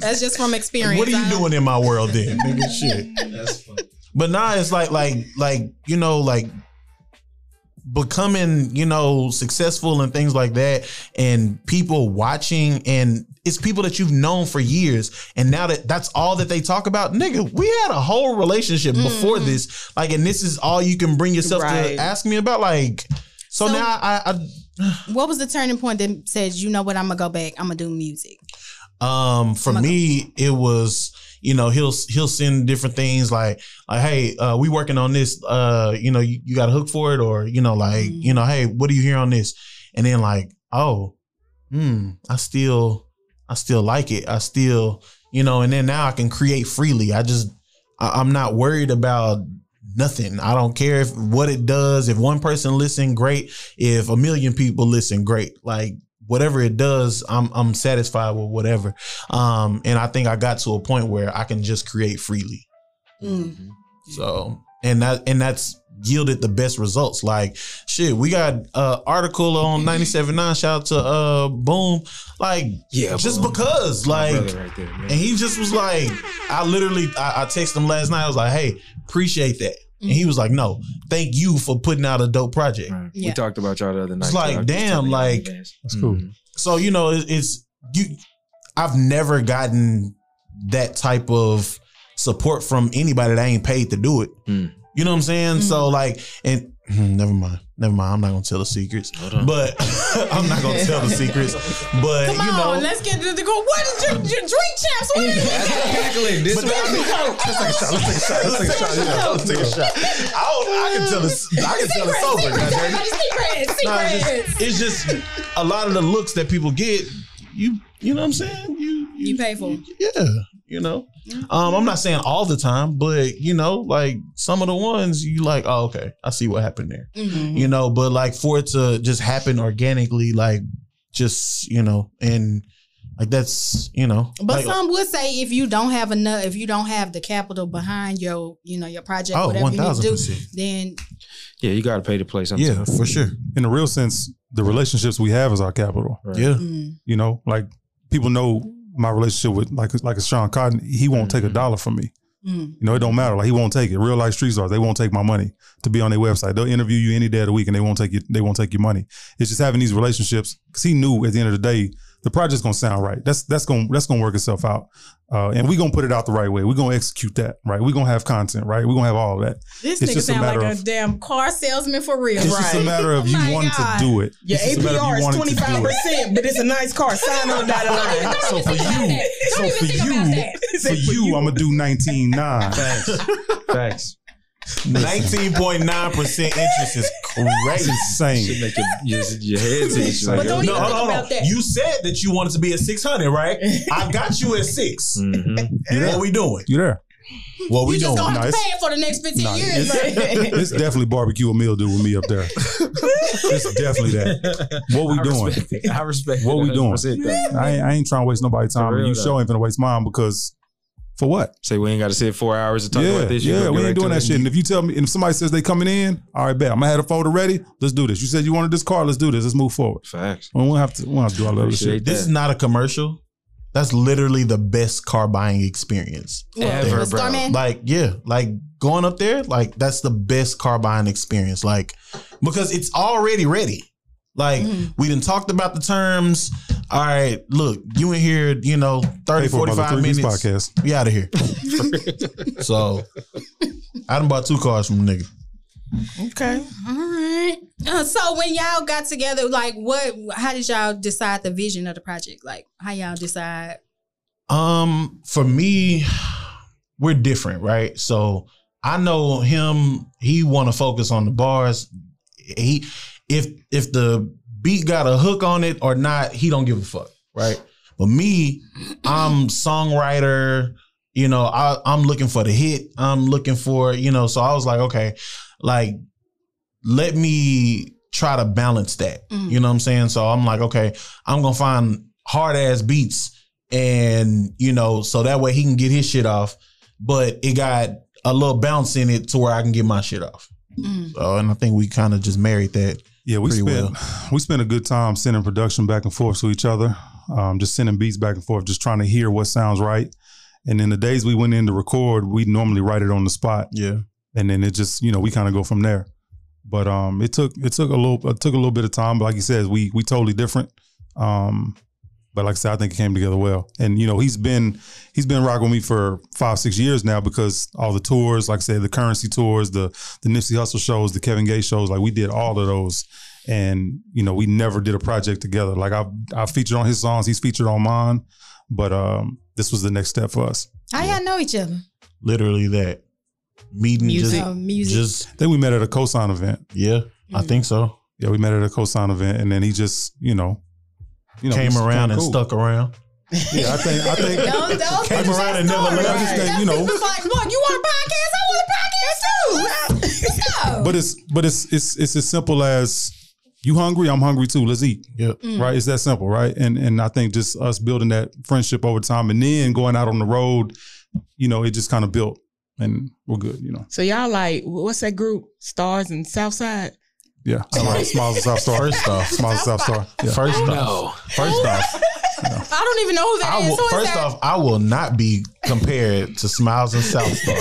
That's just from experience. What are I- you doing in my world then? Nigga shit. That's funny. But now it's like like like you know like becoming you know successful and things like that and people watching and it's people that you've known for years and now that that's all that they talk about nigga we had a whole relationship before Mm-hmm. this like and this is all you can bring yourself Right. to ask me about like so, So- now I, I What was the turning point that says, you know what, I'm gonna go back, I'm gonna do music? Um, for Smuggle. me, it was you know he'll he'll send different things like like hey uh, we working on this uh you know you, you got a hook for it or you know like Mhm. you know hey what do you hear on this and then like oh hmm I still I still like it I still you know and then now I can create freely I just I, I'm not worried about nothing I don't care if what it does if one person listen great if a million people listen great like whatever it does i'm i'm satisfied with whatever um and i think i got to a point where i can just create freely Mm. so and that and that's yielded the best results like shit we got uh article on 97.9 shout out to uh boom like Yeah, just boom. because like My brother right there, man. and he just was like i literally i, I texted him last night i was like hey appreciate that and Mm-hmm. he was like no thank you for putting out a dope project Right. Yeah. We talked about y'all the other night. It's so like, I was just damn, telling y'all in like- advance. That's cool. Mhm. so you know it, it's you i've never gotten that type of support from anybody that ain't paid to do it Mm. you know what i'm saying Mm. so like and hmm, never mind never mind i'm not gonna tell the secrets Hold on. but i'm not gonna tell the secrets but Come you on, know let's get to the goal. What is your, your drink champs? What is That's it? cackling. This but that- let's take a shot. Let's take a shot. Let's take a shot. Yeah, let's take a shot. I, don't, I can tell this. I can tell Secret, it's sober. secret, goddamn. everybody, secret, No, it's secret. just, it's just a lot of the looks that people get. You you know what I'm saying? You You pay for 'em. Yeah, you know. Um, I'm not saying all the time, but you know, like some of the ones you like. Oh, okay, I see what happened there. Mm-hmm. Mm. Mhm. You know, but like for it to just happen organically, like just you know, and like that's you know, But like, some would say if you don't have enough, if you don't have the capital behind your, you know, your project, oh, whatever one you need to thousand do, percent. then Yeah, you got to pay to play something. Yeah, for sure. In a real sense, the relationships we have is our capital. Right. Yeah, mm, You know, like people know my relationship with like like Sean Cotton. He won't take a Mhm. dollar from me. mm, You know, it don't matter. Like he won't take it. Real life street stars, they won't take my money to be on their website. They'll interview you any day of the week, and they won't take your they won't take your money. It's just having these relationships because he knew at the end of the day the project's gonna sound right. That's that's gonna that's gonna work itself out, uh, and we gonna put it out the right way. We are gonna execute that right. We are gonna have content right. We are gonna have all of that. this It's nigga just a sound like matter a of- damn car salesman for real. Oh It's just a matter of you My wanting God. to do it. Your It's just a matter of you APR is wanting to twenty do five it. percent, but it's a nice car. Sign on the dotted line. Don't So even for think about you- that. Don't so even for think about you- that. For you, I'm gonna do nineteen nine. Facts. nineteen point nine percent interest is That's crazy. insane. Should make your, your, your head itch. But Like, don't okay. No, even- hold on, hold on. about that. You said that you wanted to be at 600, right? I got you at 6. Mhm. What we doing? You there? What You we just doing? gonna have Nice. to pay it for the next 15 Nice. years. It's definitely barbecue a meal dude with me up there. it's definitely that. What we I doing? respect it. I respect What it. we doing? 100% though. I ain't, I ain't trying to waste nobody's For time. real, and you though. sure ain't gonna waste mine because for what? Say we ain't got to sit four hours to talk yeah, about this. You yeah, go we ain't direct doing to that it. shit. And if you tell me, and if somebody says they coming in, all right, bet I'm gonna have a folder ready. Let's do this. You said you wanted this car. Let's do this. Let's move forward. Facts. We won't have to. We won't have to do all that other shit. Appreciate This is not a commercial. That's literally the best car buying experience. Ever, Well, bro. Starman, Like, yeah, like going up there, like that's the best car buying experience. Like, because it's already ready. Like, Mhm. we done talked about the terms. All right, look, you in here, you know, 30, Pay for it, brother. 45 Three Beats minutes. podcast. We out of here. so, I done bought two cars from a nigga. Okay. All right. Uh, so when y'all got together, like what how did y'all decide the vision of the project? Like how y'all decide Um, for me, we're different, right? So I know him. He want to focus on the bars. He, if if the beat got a hook on it or not, he don't give a fuck, right? But me, I'm songwriter. You know, I, I'm looking for the hit. I'm looking for you know. So I was like, okay, like let me try to balance that. Mhm. You know what I'm saying? So I'm like, okay, I'm gonna find hard ass beats and you know, so that way he can get his shit off. But it got a little bounce in it to where I can get my shit off. Mm. So, Uh, and I think we kind of just married that. Yeah, we Pretty spent we spent a good time sending production back and forth to each other, um, just sending beats back and forth, just trying to hear what sounds right. And then the days we went in to record, we normally write it on the spot. Yeah, and then it just you know we kind of go from there. But um, it took it took a little it took a little bit of time. But like you said, we we totally different. Um, but like I said, I think it came together well. And you know he's been he's been rocking with me for five six years now because all the tours, like I said, the currency tours, the the Nipsey Hustle shows, the Kevin Gates shows, like we did all of those. And you know we never did a project together. Like I I featured on his songs, he's featured on mine. But um, this was the next step for us. How y'all know each other? Literally that meeting Music. Oh, just music. Mm. just Then we met at a cosign event. yeah. I think so. Yeah, we met at a cosign event, and then he just, you know, you know, we Came just around kinda and cool. stuck around. Yeah, I think, I think, Don't- don't Came finish around that and never story. left. I just think, you know, It's like, look, you want a podcast? I want a podcast too. Let's go. but it's, but it's, it's, it's as simple as you hungry, I'm hungry too. Let's eat. Yep. Mm. right? It's that simple, right? And and I think just us building that friendship over time, and then going out on the road, you know, it just kind of built, and we're good, you know. So y'all like what's that group? Stars and Southside. Yeah, Smile- smiles and South Star, First off, smiles and South Star. Yeah. first off, No. first off, I don't even know who that I is. will. Who is First that? off, I will not be compared to Smiles and South Star.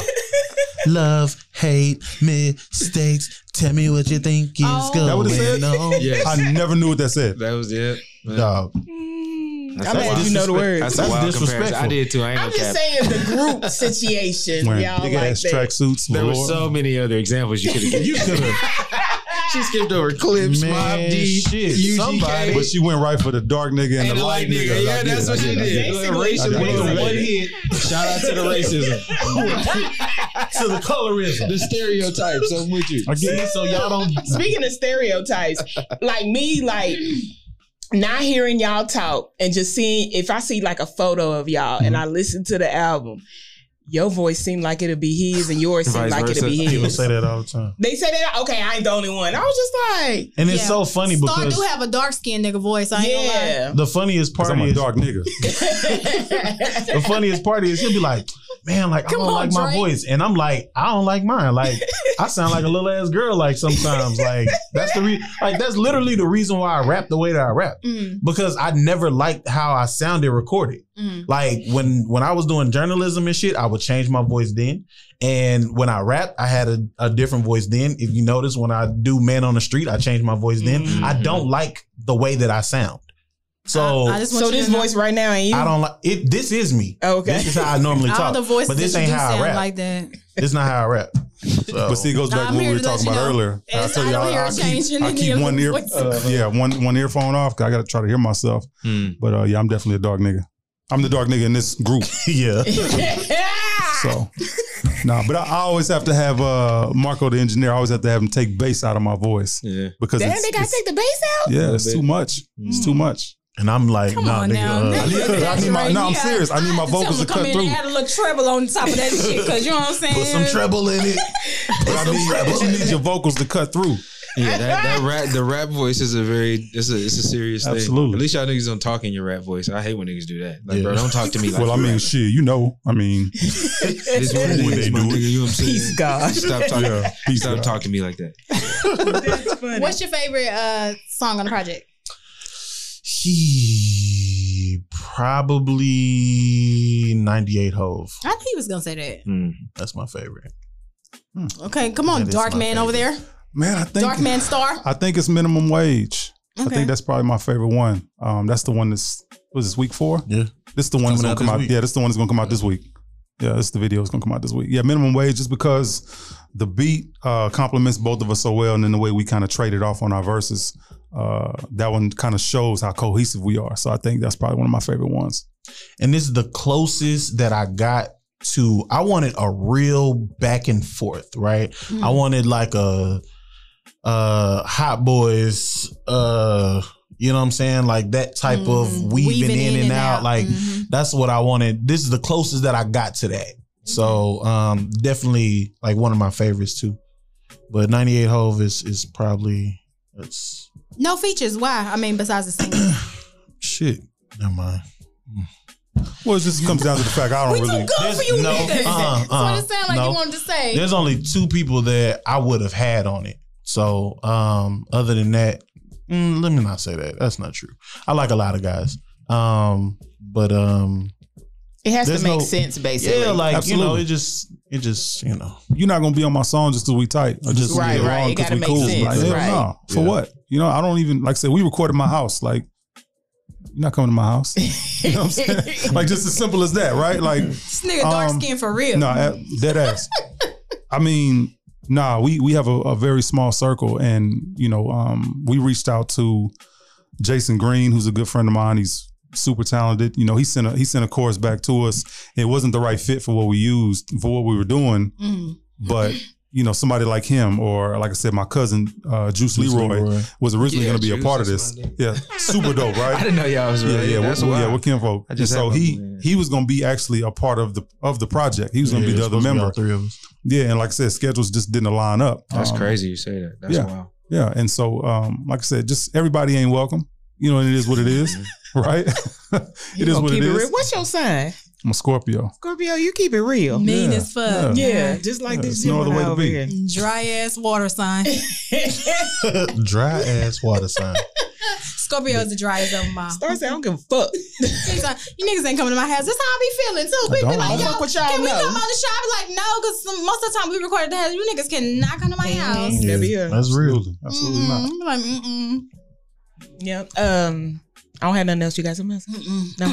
Love, hate, mistakes. Tell me what you think is Oh. going That what it said? on. Yes. I never knew what that said. That was it. Man. Dog, Mm, That's I'm a glad wild you know the disrespect- words. That's, That's a wild disrespectful. comparison. I did too. I ain't I'm gonna just cap. saying the group situation. Wearing y'all big like ass that. tracksuits. There were velour. so many other examples you could have given. you could have. She skipped over clips, Man, Mob D, shit, UGK. somebody- but she went right for the dark nigga and, and the the light nigga. Yeah, I did, that's I what did, I she did. did. Look, I Racial did, I with did. one hit. Shout out to the racism, to the colorism. the stereotypes. I'm with you. I get it. So y'all don't. Speaking of stereotypes, like me, like not hearing y'all talk and just seeing if I see like a photo of y'all Mm-hmm. and I listen to the album, your voice seemed like it'll be his and yours seemed Vice like it'll be versa. People his. say that all the time, They say that okay, I ain't the only one. I was just like, and it's Yeah. so funny Star because do have a dark skinned nigga voice. I ain't gonna lie. yeah. the funniest 'Cause part I'm a is dark nigga. the funniest part is he'll be like, "Man, like Come I don't on, like my Drake." voice," and I'm like, "I don't like mine." Like I sound like a little ass girl. Like sometimes, like that's the re- like that's literally the reason why I rap the way that I rap Mm, because I never liked how I sounded recorded. mm. Like when when I was doing journalism and shit, I would change my voice then. And when I rap, I had a, a different voice then. If you notice, when I do Man on the Street, I change my voice then. Mhm. I don't like the way that I sound. So Mm-hmm. I- I I, just so want you to this know voice right now ain't you? don't like it. This is me. okay. This is how I normally all talk. the voices, but this that you ain't do how I sound rap. like that. This is not how I rap. So, But see, it goes back Nah, to I'm what we here were to let talking you about know. earlier. And It's- I don't hear a change in I any keep of one the ear, voices. uh, yeah, one one earphone off. 'cause I got to try to hear myself. Hmm, But uh, yeah, I'm definitely a dark nigga. I'm the dark nigga in this group. yeah, So, nah, but I, I always have to have uh, Marco, the engineer. I always have to have him take bass out of my voice Yeah. because Damn, it's, they gotta it's- take the bass out. yeah, A it's little too bit. much. It's Mm. too much. and I'm like, Come nah, on now. nigga. uh, I need my- no, I'm Yeah. serious. I need my had to tell vocals him to come cut in and through. Add a little treble on top of that shit, because you know what I'm saying. put some treble in it. But, I need, but you need your vocals to cut through. Yeah, that, that rap, the rap voice is a very, it's a, it's a serious thing. Absolutely. At least y'all niggas don't talk in your rap voice. I hate when niggas do that. Like, Yeah. bro, don't talk to me like well, I you mean, rap. shit, you know, I mean, It's what it When is, they my do nigga. it. You know what I'm Peace, saying? God. Stop talking. peace Stop out. talking to me like that. That's funny. What's your favorite uh, song on the project? He probably 98 Hove. I think he was gonna say that. Hmm. Mm. That's my favorite. Okay, come on, That is dark my man over favorite. there, Man, I think dark man star. I think it's minimum wage. I Okay. think that's probably my favorite one. Um, that's the one that's was this week four. Yeah. This is the one Coming that's gonna out come this out. week. Yeah, this is the one that's gonna come out this week. Yeah, this is the video that's gonna come out this week. Yeah, minimum wage just because the beat uh, complements both of us so well, and then the way we kind of traded off on our verses, uh, that one kind of shows how cohesive we are. So I think that's probably one of my favorite ones. And this is the closest that I got to I wanted a real back and forth, right? Mhm. I wanted like a uh hot boys uh you know what I'm saying? Like that type Mhm. of weaving, in, and, out. Like Mhm. that's what I wanted. This is the closest that I got to that. So um definitely like one of my favorites too. But 98 Hove is is probably it's no features. Why? I mean, besides the singing, shit. Never mind. Well, it just comes down to the fact I we don't too really. good for There's- you no, niggas. uh-uh, That's what uh-uh, it sounded like no. you wanted to say. There's only two people that I would have had on it. So um other than that, mm, let me not say that. That's not true. I like a lot of guys. Um but um It has There's to make no- sense, basically. yeah, like you know, Absolutely. it just it just, you know. You're not gonna be on my song just because we tight, or just 'cause Right, we get right. along It 'cause gotta we make cool. sense, Like, hell right. no. for Yeah. what? You know, I don't even like I said we recorded my house. Like, you're not coming to my house. You know what I'm saying? like, just as simple as that, right? Like, this nigga dark um, skin for real. No, a- dead ass. I mean, nah, we we have a, a very small circle, and you know, um, we reached out to Jason Green, who's a good friend of mine. He's super talented. You know, he sent a he sent a course back to us. It wasn't the right fit for what we used for what we were doing, Mhm. but you know, somebody like him or like I said, my cousin uh, Juice Leroy, was originally Yeah, going to be a Juice part of this. is my name. Yeah, super dope, right? I didn't know y'all was Yeah, related. yeah, That's we're, why. yeah, we're kinfolk. I And just so had he my man. he was gonna be actually a part of the of the project. He was gonna Yeah, be it's the other supposed to all member. three of us. Yeah, and like I said, schedules just didn't line up. That's Um, crazy you say that. That's yeah. wild. Yeah, and so um, like I said, just everybody ain't welcome. You know, and it is what it is, right? it is gonna what it keep is. real. What's your sign? I'm a Scorpio. Scorpio, you keep it real. Mean Yeah, as fuck. Yeah, just like Yeah, this it's no other Gemini way to over be. here. Dry ass water sign. Dry ass water sign. Scorpio is the driest of them all. Start saying, I don't give a fuck. She's like, you niggas ain't coming to my house. That's how I be feeling too. I We be don't like, know. yo, Fuck what y'all can we know. come on the show? I be like, no, because most of the time we recorded the house. You niggas cannot come to my house. Mhm. Never hear. That's real. Absolutely, absolutely mm not. I'm like, mm-mm, Yep. Um, I don't have nothing else. You got something else? mm-mm. No.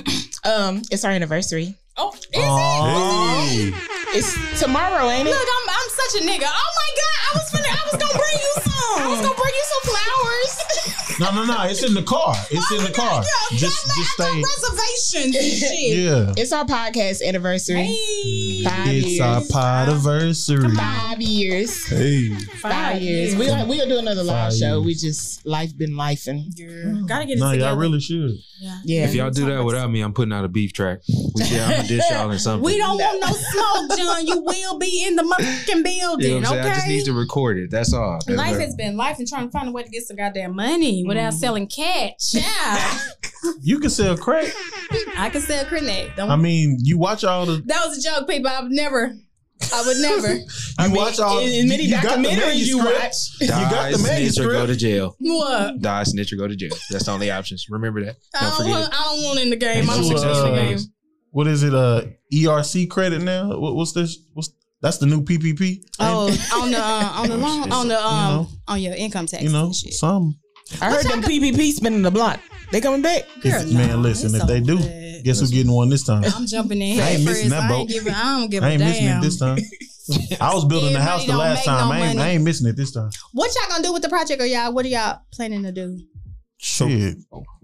Um, it's our anniversary. Oh, is Oh. it? Hey, It's tomorrow, ain't Look, it? I'm, I'm such a nigga. Oh my God, I was finna, I was gonna bring you some. I was gonna bring you some flowers. No, no, no. It's in the car. It's in the car. Yo, Just, God, just I got stay. reservations and shit. Yeah. It's our podcast anniversary. Hey. Five It's years. our podiversary. Five years. hey, Five years. We gonna- we gonna do another live Five show. years. We just life been life and Girl, Gotta get it No, together. y'all really should. Yeah. yeah. If y'all do that without me, I'm putting out a beef track. We, yeah, I'm gonna dish y'all in something. We don't No. want no smoke, John. You will be in the motherfucking You know building, what I'm saying? I just okay? need to record it. That's all. That's Life all. has been life and trying to find a way to get some goddamn money without selling cash. Yeah. You can sell crack. I can sell credit. Don't, I mean, you watch all the that was a joke, people. I would never. I would never. You mean, watch all in- in many you got the documentaries you manuscript. You Die, got the snitch, or go to manuscript. jail. what? Die, snitch, or go to jail. That's the only options. Remember that. Don't Oh, I don't, forget want, it. I don't want in the game. I Ain't don't no want in the success game. stories. What is it? Uh, ERC credit now. What, what's this? What's that's the new PPP? Oh, on the uh, on the loan, on the um, You know. on your income tax. you know, and shit. some. I heard them PPP spinning the block. They coming back. Girl, If, man, no, listen. it's If so they do, bad. guess who's getting one this time? I'm jumping in. I I ain't ain't missing that I boat. ain't giving. I don't give a I ain't damn. missing it this time. I was building the Everybody house the don't last make time. no I, ain't, I money. ain't missing it this time. What y'all gonna do with the project? Or y'all? What are y'all planning to do? Shit,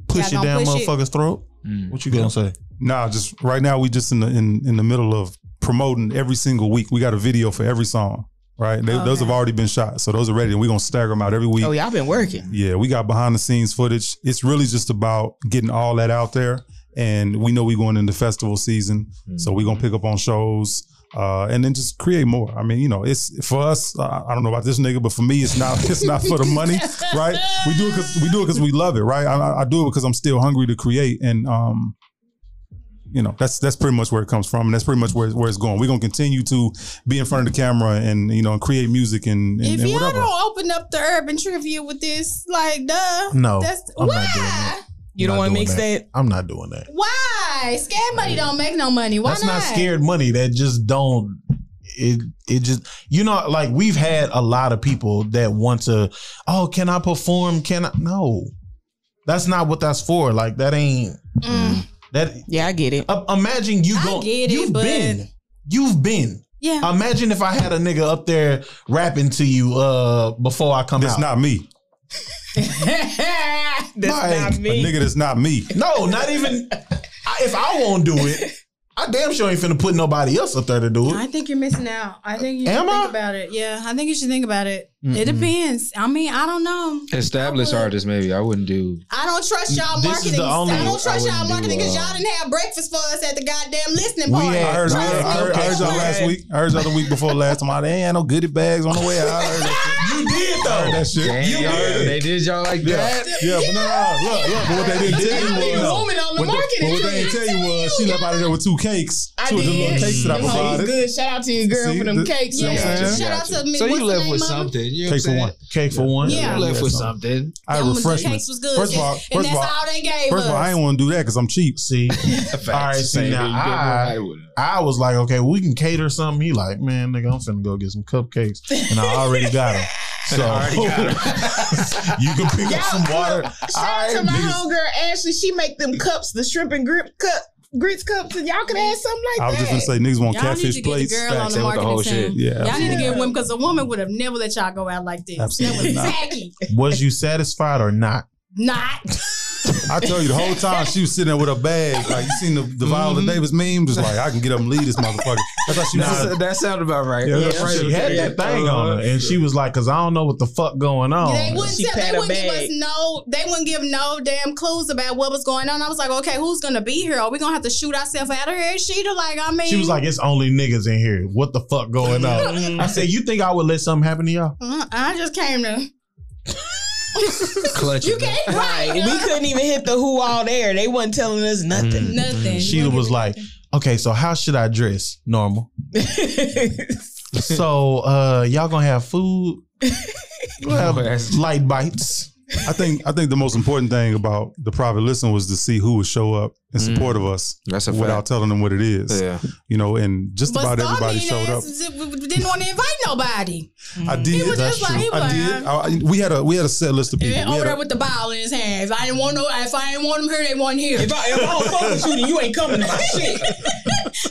push it gonna down push it? motherfucker's throat. Mm. What you gonna say? nah. Just right now, we just in the in, in the middle of promoting every single week. We got a video for every song, right? They, Those Okay. have already been shot, so those are ready, and we're gonna stagger them out every week. Oh, y'all been working. Yeah, we got behind the scenes footage. It's really just about getting all that out there. And we know we're going into festival season. So we're gonna pick up on shows. Uh, and then just create more. I mean, you know, it's for us. Uh, I don't know about this nigga, but for me, it's not. It's not for the money, right? We do it because we do it because we love it, right? I- I, I do it because I'm still hungry to create, and um, you know, that's that's pretty much where it comes from, and that's pretty much where where it's going. We're gonna continue to be in front of the camera, and you know, and create music, and and, if and y'all whatever. don't open up the urban trivia with this, like, duh. No, That's I'm not doing why. that. You don't Not want to doing mix that. I'm not doing that. Why? Scared money don't make no money. Why That's not scared money. That just don't. It it just you know like we've had a lot of people that want to. Oh, can I perform? Can I? No, that's not what that's for. Like that ain't Mm. that. Yeah, I get it. Uh, imagine you I go. get it, you've but- been. You've been. Yeah. Uh, Imagine if I had a nigga up there rapping to you uh before I come That's out. not me. That's Like, not A me. nigga, that's not me. no, not even. I, if I won't do it, I damn sure ain't finna put nobody else up there to do I it. think you're missing out. I think you Am should I? think about it. Yeah, I think you should think about it. Mm-mm. It depends. I mean, I don't know. Established artists, maybe. I wouldn't do. I don't trust y'all This is marketing. the only- I don't I trust y'all wouldn't do, marketing because uh, y'all didn't have breakfast for us at the goddamn listening We party. had- I heard, I heard, I heard, I heard y'all last week. I heard y'all the week before last time. I didn't have no goodie bags on the way. out. I heard that shit. You did I heard though. that shit. Damn, you heard it. they did y'all like Yeah, that. yeah, but no, no, no, look, look, but what they didn't Y'all tell leave you was, woman on the what they- market but what until they didn't they tell you was, she left out of there with two cakes, I two of the did. little cakes that I Them hoes provided. good. Shout out to your girl See, for them the- cakes. see what I'm Yeah. saying? Shout out to me. So What's you her left name, with mama? something. You Cake know what for I'm one. saying? Cake for one. Yeah. You left with Yeah. something. I Them- the refreshed cakes was good. First of all, and first that's of all, all they gave first of all, us. I ain't want to do that because I'm cheap. See, Facts. All right, see, Same now thing. You I- did what would have. I was like, okay, we can cater something. He like, man, nigga, I'm finna go get some cupcakes, and I already got them. So I already you can pick Y'all, up some water. Shout out to Alright, my niggas. homegirl Ashley. She make them cups, the shrimp and grip cup, grits cups, and y'all could add something like I was that. just gonna say niggas want Y'all need to catfish get the plates. girl on Facts, the they want the whole marketing team. shit. Yeah, Y'all need to absolutely. get women because a woman would have never let y'all go out like this. uh, Absolutely that was not. tacky. Was you satisfied or not? Not. I tell you, the whole time she was sitting there with her bag, like you seen the, the Viola Davis meme, just like I can get up and leave this motherfucker. That's how she was. That's- that sounded about right. Yeah, Yeah. She had that thing on her, and she was like, "Cause I don't know what the fuck going on." They wouldn't, She tell, pat they her wouldn't give back. us no, they wouldn't give no damn clues about what was going on. I was like, okay, who's gonna be here? Are we gonna have to shoot ourselves out of here? She like, I mean, she was like, "It's only niggas in here. What the fuck going on?" I said, "You think I would let something happen to y'all?" uh, I just came to. Clutch. You can't Right. right. We couldn't even hit the who all there. They wasn't telling us Mm. nothing. nothing. She was like, "Okay, so how should I dress? Normal. So uh, y'all gonna have food? Well, light bites. I think I think the most important thing about the private listen was to see who would show up in support of us Mm. That's a without fact. telling them what it is. Yeah. You know, and just but about Star everybody Bean showed up. ass is- didn't want to invite nobody. I did. He was That's just like- he true. I was did. like- I- we had a we had a set list of people. And We over had there a- with the ball in his hand. If I didn't want no, if I didn't want him here, they weren't here. If I, if I don't fuck with you, then you ain't coming to my shit.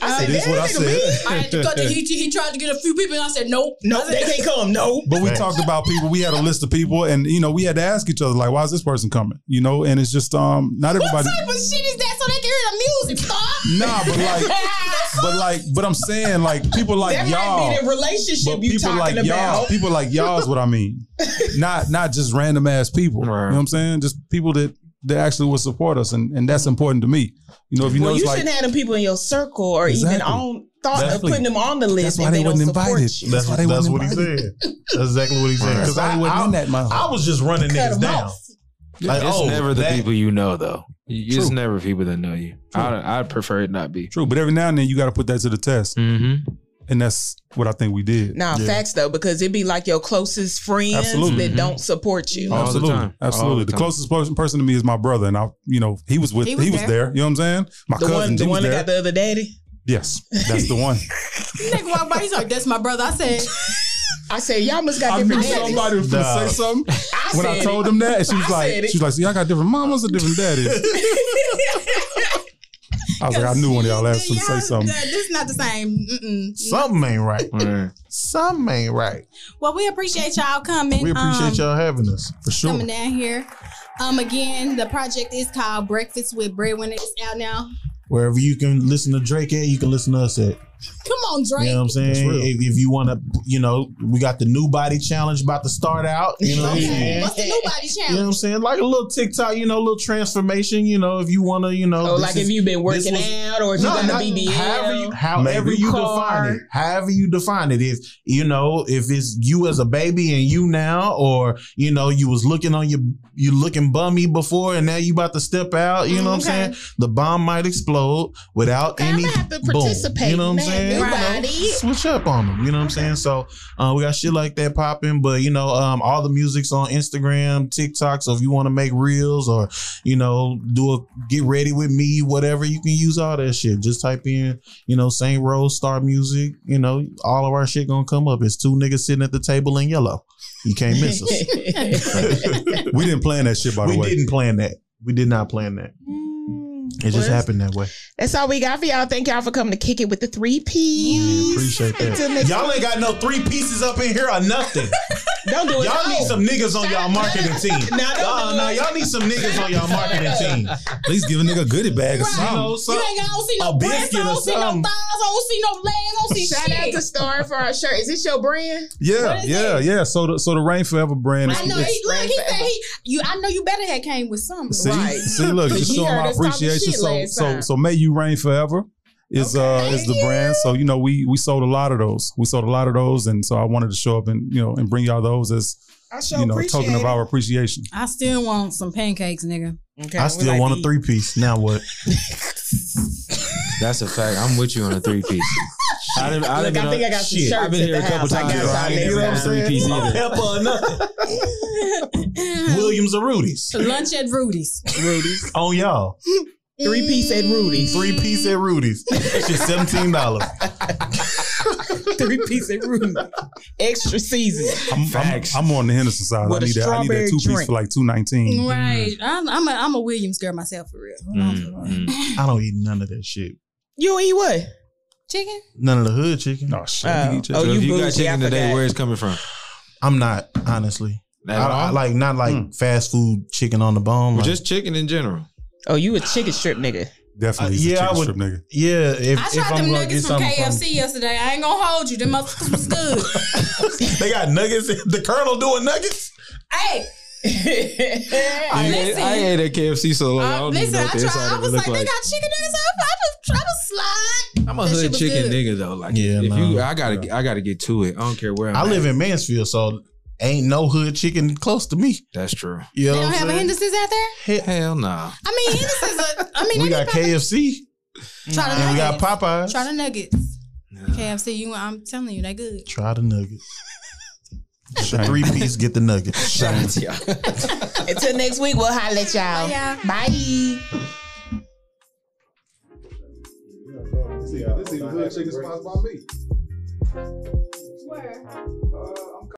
I said, It is "Damn, what I nigga, me." said. I had to cut the, he, he tried to get a few people, and I said, nope. No, they can't come. No. But we Right. talked about people. We had a list of people, and you know, we had to ask each other like, "Why is this person coming?" You know, and it's just um, not What everybody. type of shit is that? So they can hear the music, Star. Nah, but like, but like, but I'm saying like people like That y'all. might be the relationship But you people talking like y'all, about. people like y'all is what I mean. Not not just random ass people. Right. You know what I'm saying? Just people that that actually will support us, and and that's important to me. You know, if you well, notice you like shouldn't have them people in your circle or even Exactly. on thought of Exactly. putting them on the list why if they they, don't wasn't support invited. you. That's That's, why they that's wasn't what he said. That's exactly what he said. Because I, I wasn't in I, that motherfucker. I was just running Cut niggas 'em down. off. Like, it's oh, never the that- people you know, though. It's True. never people that know you. I I prefer it not be. True, but every now and then you got to put that to the test, Mm-hmm. and that's what I think we did. Nah, Yeah. facts though, because it'd be like your closest friends Absolutely. that don't support you. All the absolutely, time. All absolutely. the The, time. closest person, person to me is my brother, and I, you know, he was with, he was, there. You know what I'm saying? My the cousin, one, he the was one that there. got the other daddy. yes, that's the one. Nigga walked by, he's like, that's my brother. I said, I said, y'all must got I different knew daddies. somebody was gonna Nah. say something I when I said told him that, and she was I said like, it. she was like, "See, I got different mamas and different daddies." I was like, "I knew one of y'all asked him to say "Y'all- something." that- This is not the same. Mm-mm. Something ain't right. Something ain't right. Well, we appreciate y'all coming. We um, appreciate y'all having us. For sure. coming down here. Um, again, the project is called Breakfast with Breadwinner. It's out now. Wherever you can listen to Drake at, you can listen to us at. Come on, Drake. You know what I'm saying? real. If, if you want to, you know, we got the new body challenge about to start out. You know what I'm saying? Okay. What's the new body You know what I'm challenge? saying? Like a little TikTok, you know, little transformation. You know, if you want to, you know, Oh, this like is- if you've been working was- out or if No, you got not- a BBL. however you, however you define it, however you define it. If you know, if it's you as a baby and you now, or you know, you was looking on your you looking bummy before, and now you about to step out. You know what I'm Okay. saying? The bomb might explode without Okay, I'm any gonna Mm, have to boom. participate You know what I'm in that saying? new You know, body. switch up on them. You know what I'm saying? So uh, we got shit like that popping, but you know, um, all the music's on Instagram, TikTok. So if you want to make reels or you know, do a get ready with me, whatever. You can use all that shit. Just type in, you know, Saint Rose Star Music. You know, all of our shit gonna come up. It's two niggas sitting at the table in yellow. You can't miss us. We didn't plan that shit, by the we way. didn't plan that. We did not plan that. It just happened that way. That's all we got for y'all. Thank y'all for coming to kick it with the three P's. Appreciate Until that. next- Y'all ain't got no three pieces up in here or nothing. Don't do it. Oh, Y'all no. need some niggas on y'all marketing team. Now, don't Nah, do nah, it. y'all need some niggas on y'all marketing team. At least give a nigga a goodie bag or Right. something. know, You so- ain't got, I don't see A no breasts, biscuit I or don't see no thighs, something. I don't see no legs, I don't see Shout out shit. to Star for our shirt. Is this your brand? Yeah, What is yeah, it? yeah. So the so the Rain Forever brand is I know. He, look, he Right. said he. You. I know you better had came with something. see, Right. see, look, But just he showing heard my us talking appreciation. shit So last so time. so may you reign forever is uh is the brand. So you know we we sold a lot of those. We sold a lot of those, and so I wanted to show up and you know and bring y'all those as I you know token of our appreciation. I still want some pancakes, nigga. Okay, I we still like want a these. three piece. Now what? That's a fact. I'm with you on a three piece. I didn't. I Look, didn't. I think I got some Shit. shirts. I've been at here the a couple house. I times. got I some ain't never next had a time. three piece No either. pepper or nothing. Williams or Rudy's. Lunch at Rudy's. Rudy's. On y'all. Three piece at Rudy's. Oh, Three piece at Rudy's. That's just seventeen dollars. Three piece at Rudy's. Extra season. I'm, I'm, Facts. I'm on the Henderson side. I With a need that. I need that strawberry two piece drink. Mm. for like two nineteen. Right. I'm. I'm a, I'm a Williams girl myself for real. Mm, mm. I don't eat none of that shit. You eat what? Chicken. None of the hood chicken. Oh shit! Oh. we eat chicken. Oh, So you if you got bougie, I chicken today, forgot. where it's coming from? I'm not honestly. I Not at don't- all? like not like Mm. fast food chicken on the bone. Well, like- just chicken in general. Oh, you a chicken strip nigga. Definitely, Uh, he's a yeah, I chicken would- strip nigga. yeah, if, I if tried them I'm gonna get nuggets from something KFC yesterday. I ain't gonna hold you. Them motherfuckers was good. they got nuggets. The Colonel doing nuggets. hey, I, I ate, I ate at KFC so long. I uh, don't even listen, know I what tried. the inside I of it was look like, like. they got chicken nuggets. I was, I was, I was slide. I'm a that shit hood was chicken good. nigga though. Like, Yeah, if you, nah. I gotta, I gotta get to it. I don't care where I'm I live at. in Mansfield, so ain't no hood chicken close to me. That's true. You know They don't what I'm have a saying? Henderson's out there. Hell nah. I mean, Henderson's. A, I mean, they We got probably- KFC Mm. Try the and we got nuggets. Popeyes. Try the nuggets. Nah. KFC, you. I'm telling you, they good. Try the nuggets. Shame. Three piece, get the nuggets. Shout out to y'all. Until next week, we'll holler at y'all. Bye, Bye. y'all. This is a good chicken spot by me. Where? Uh,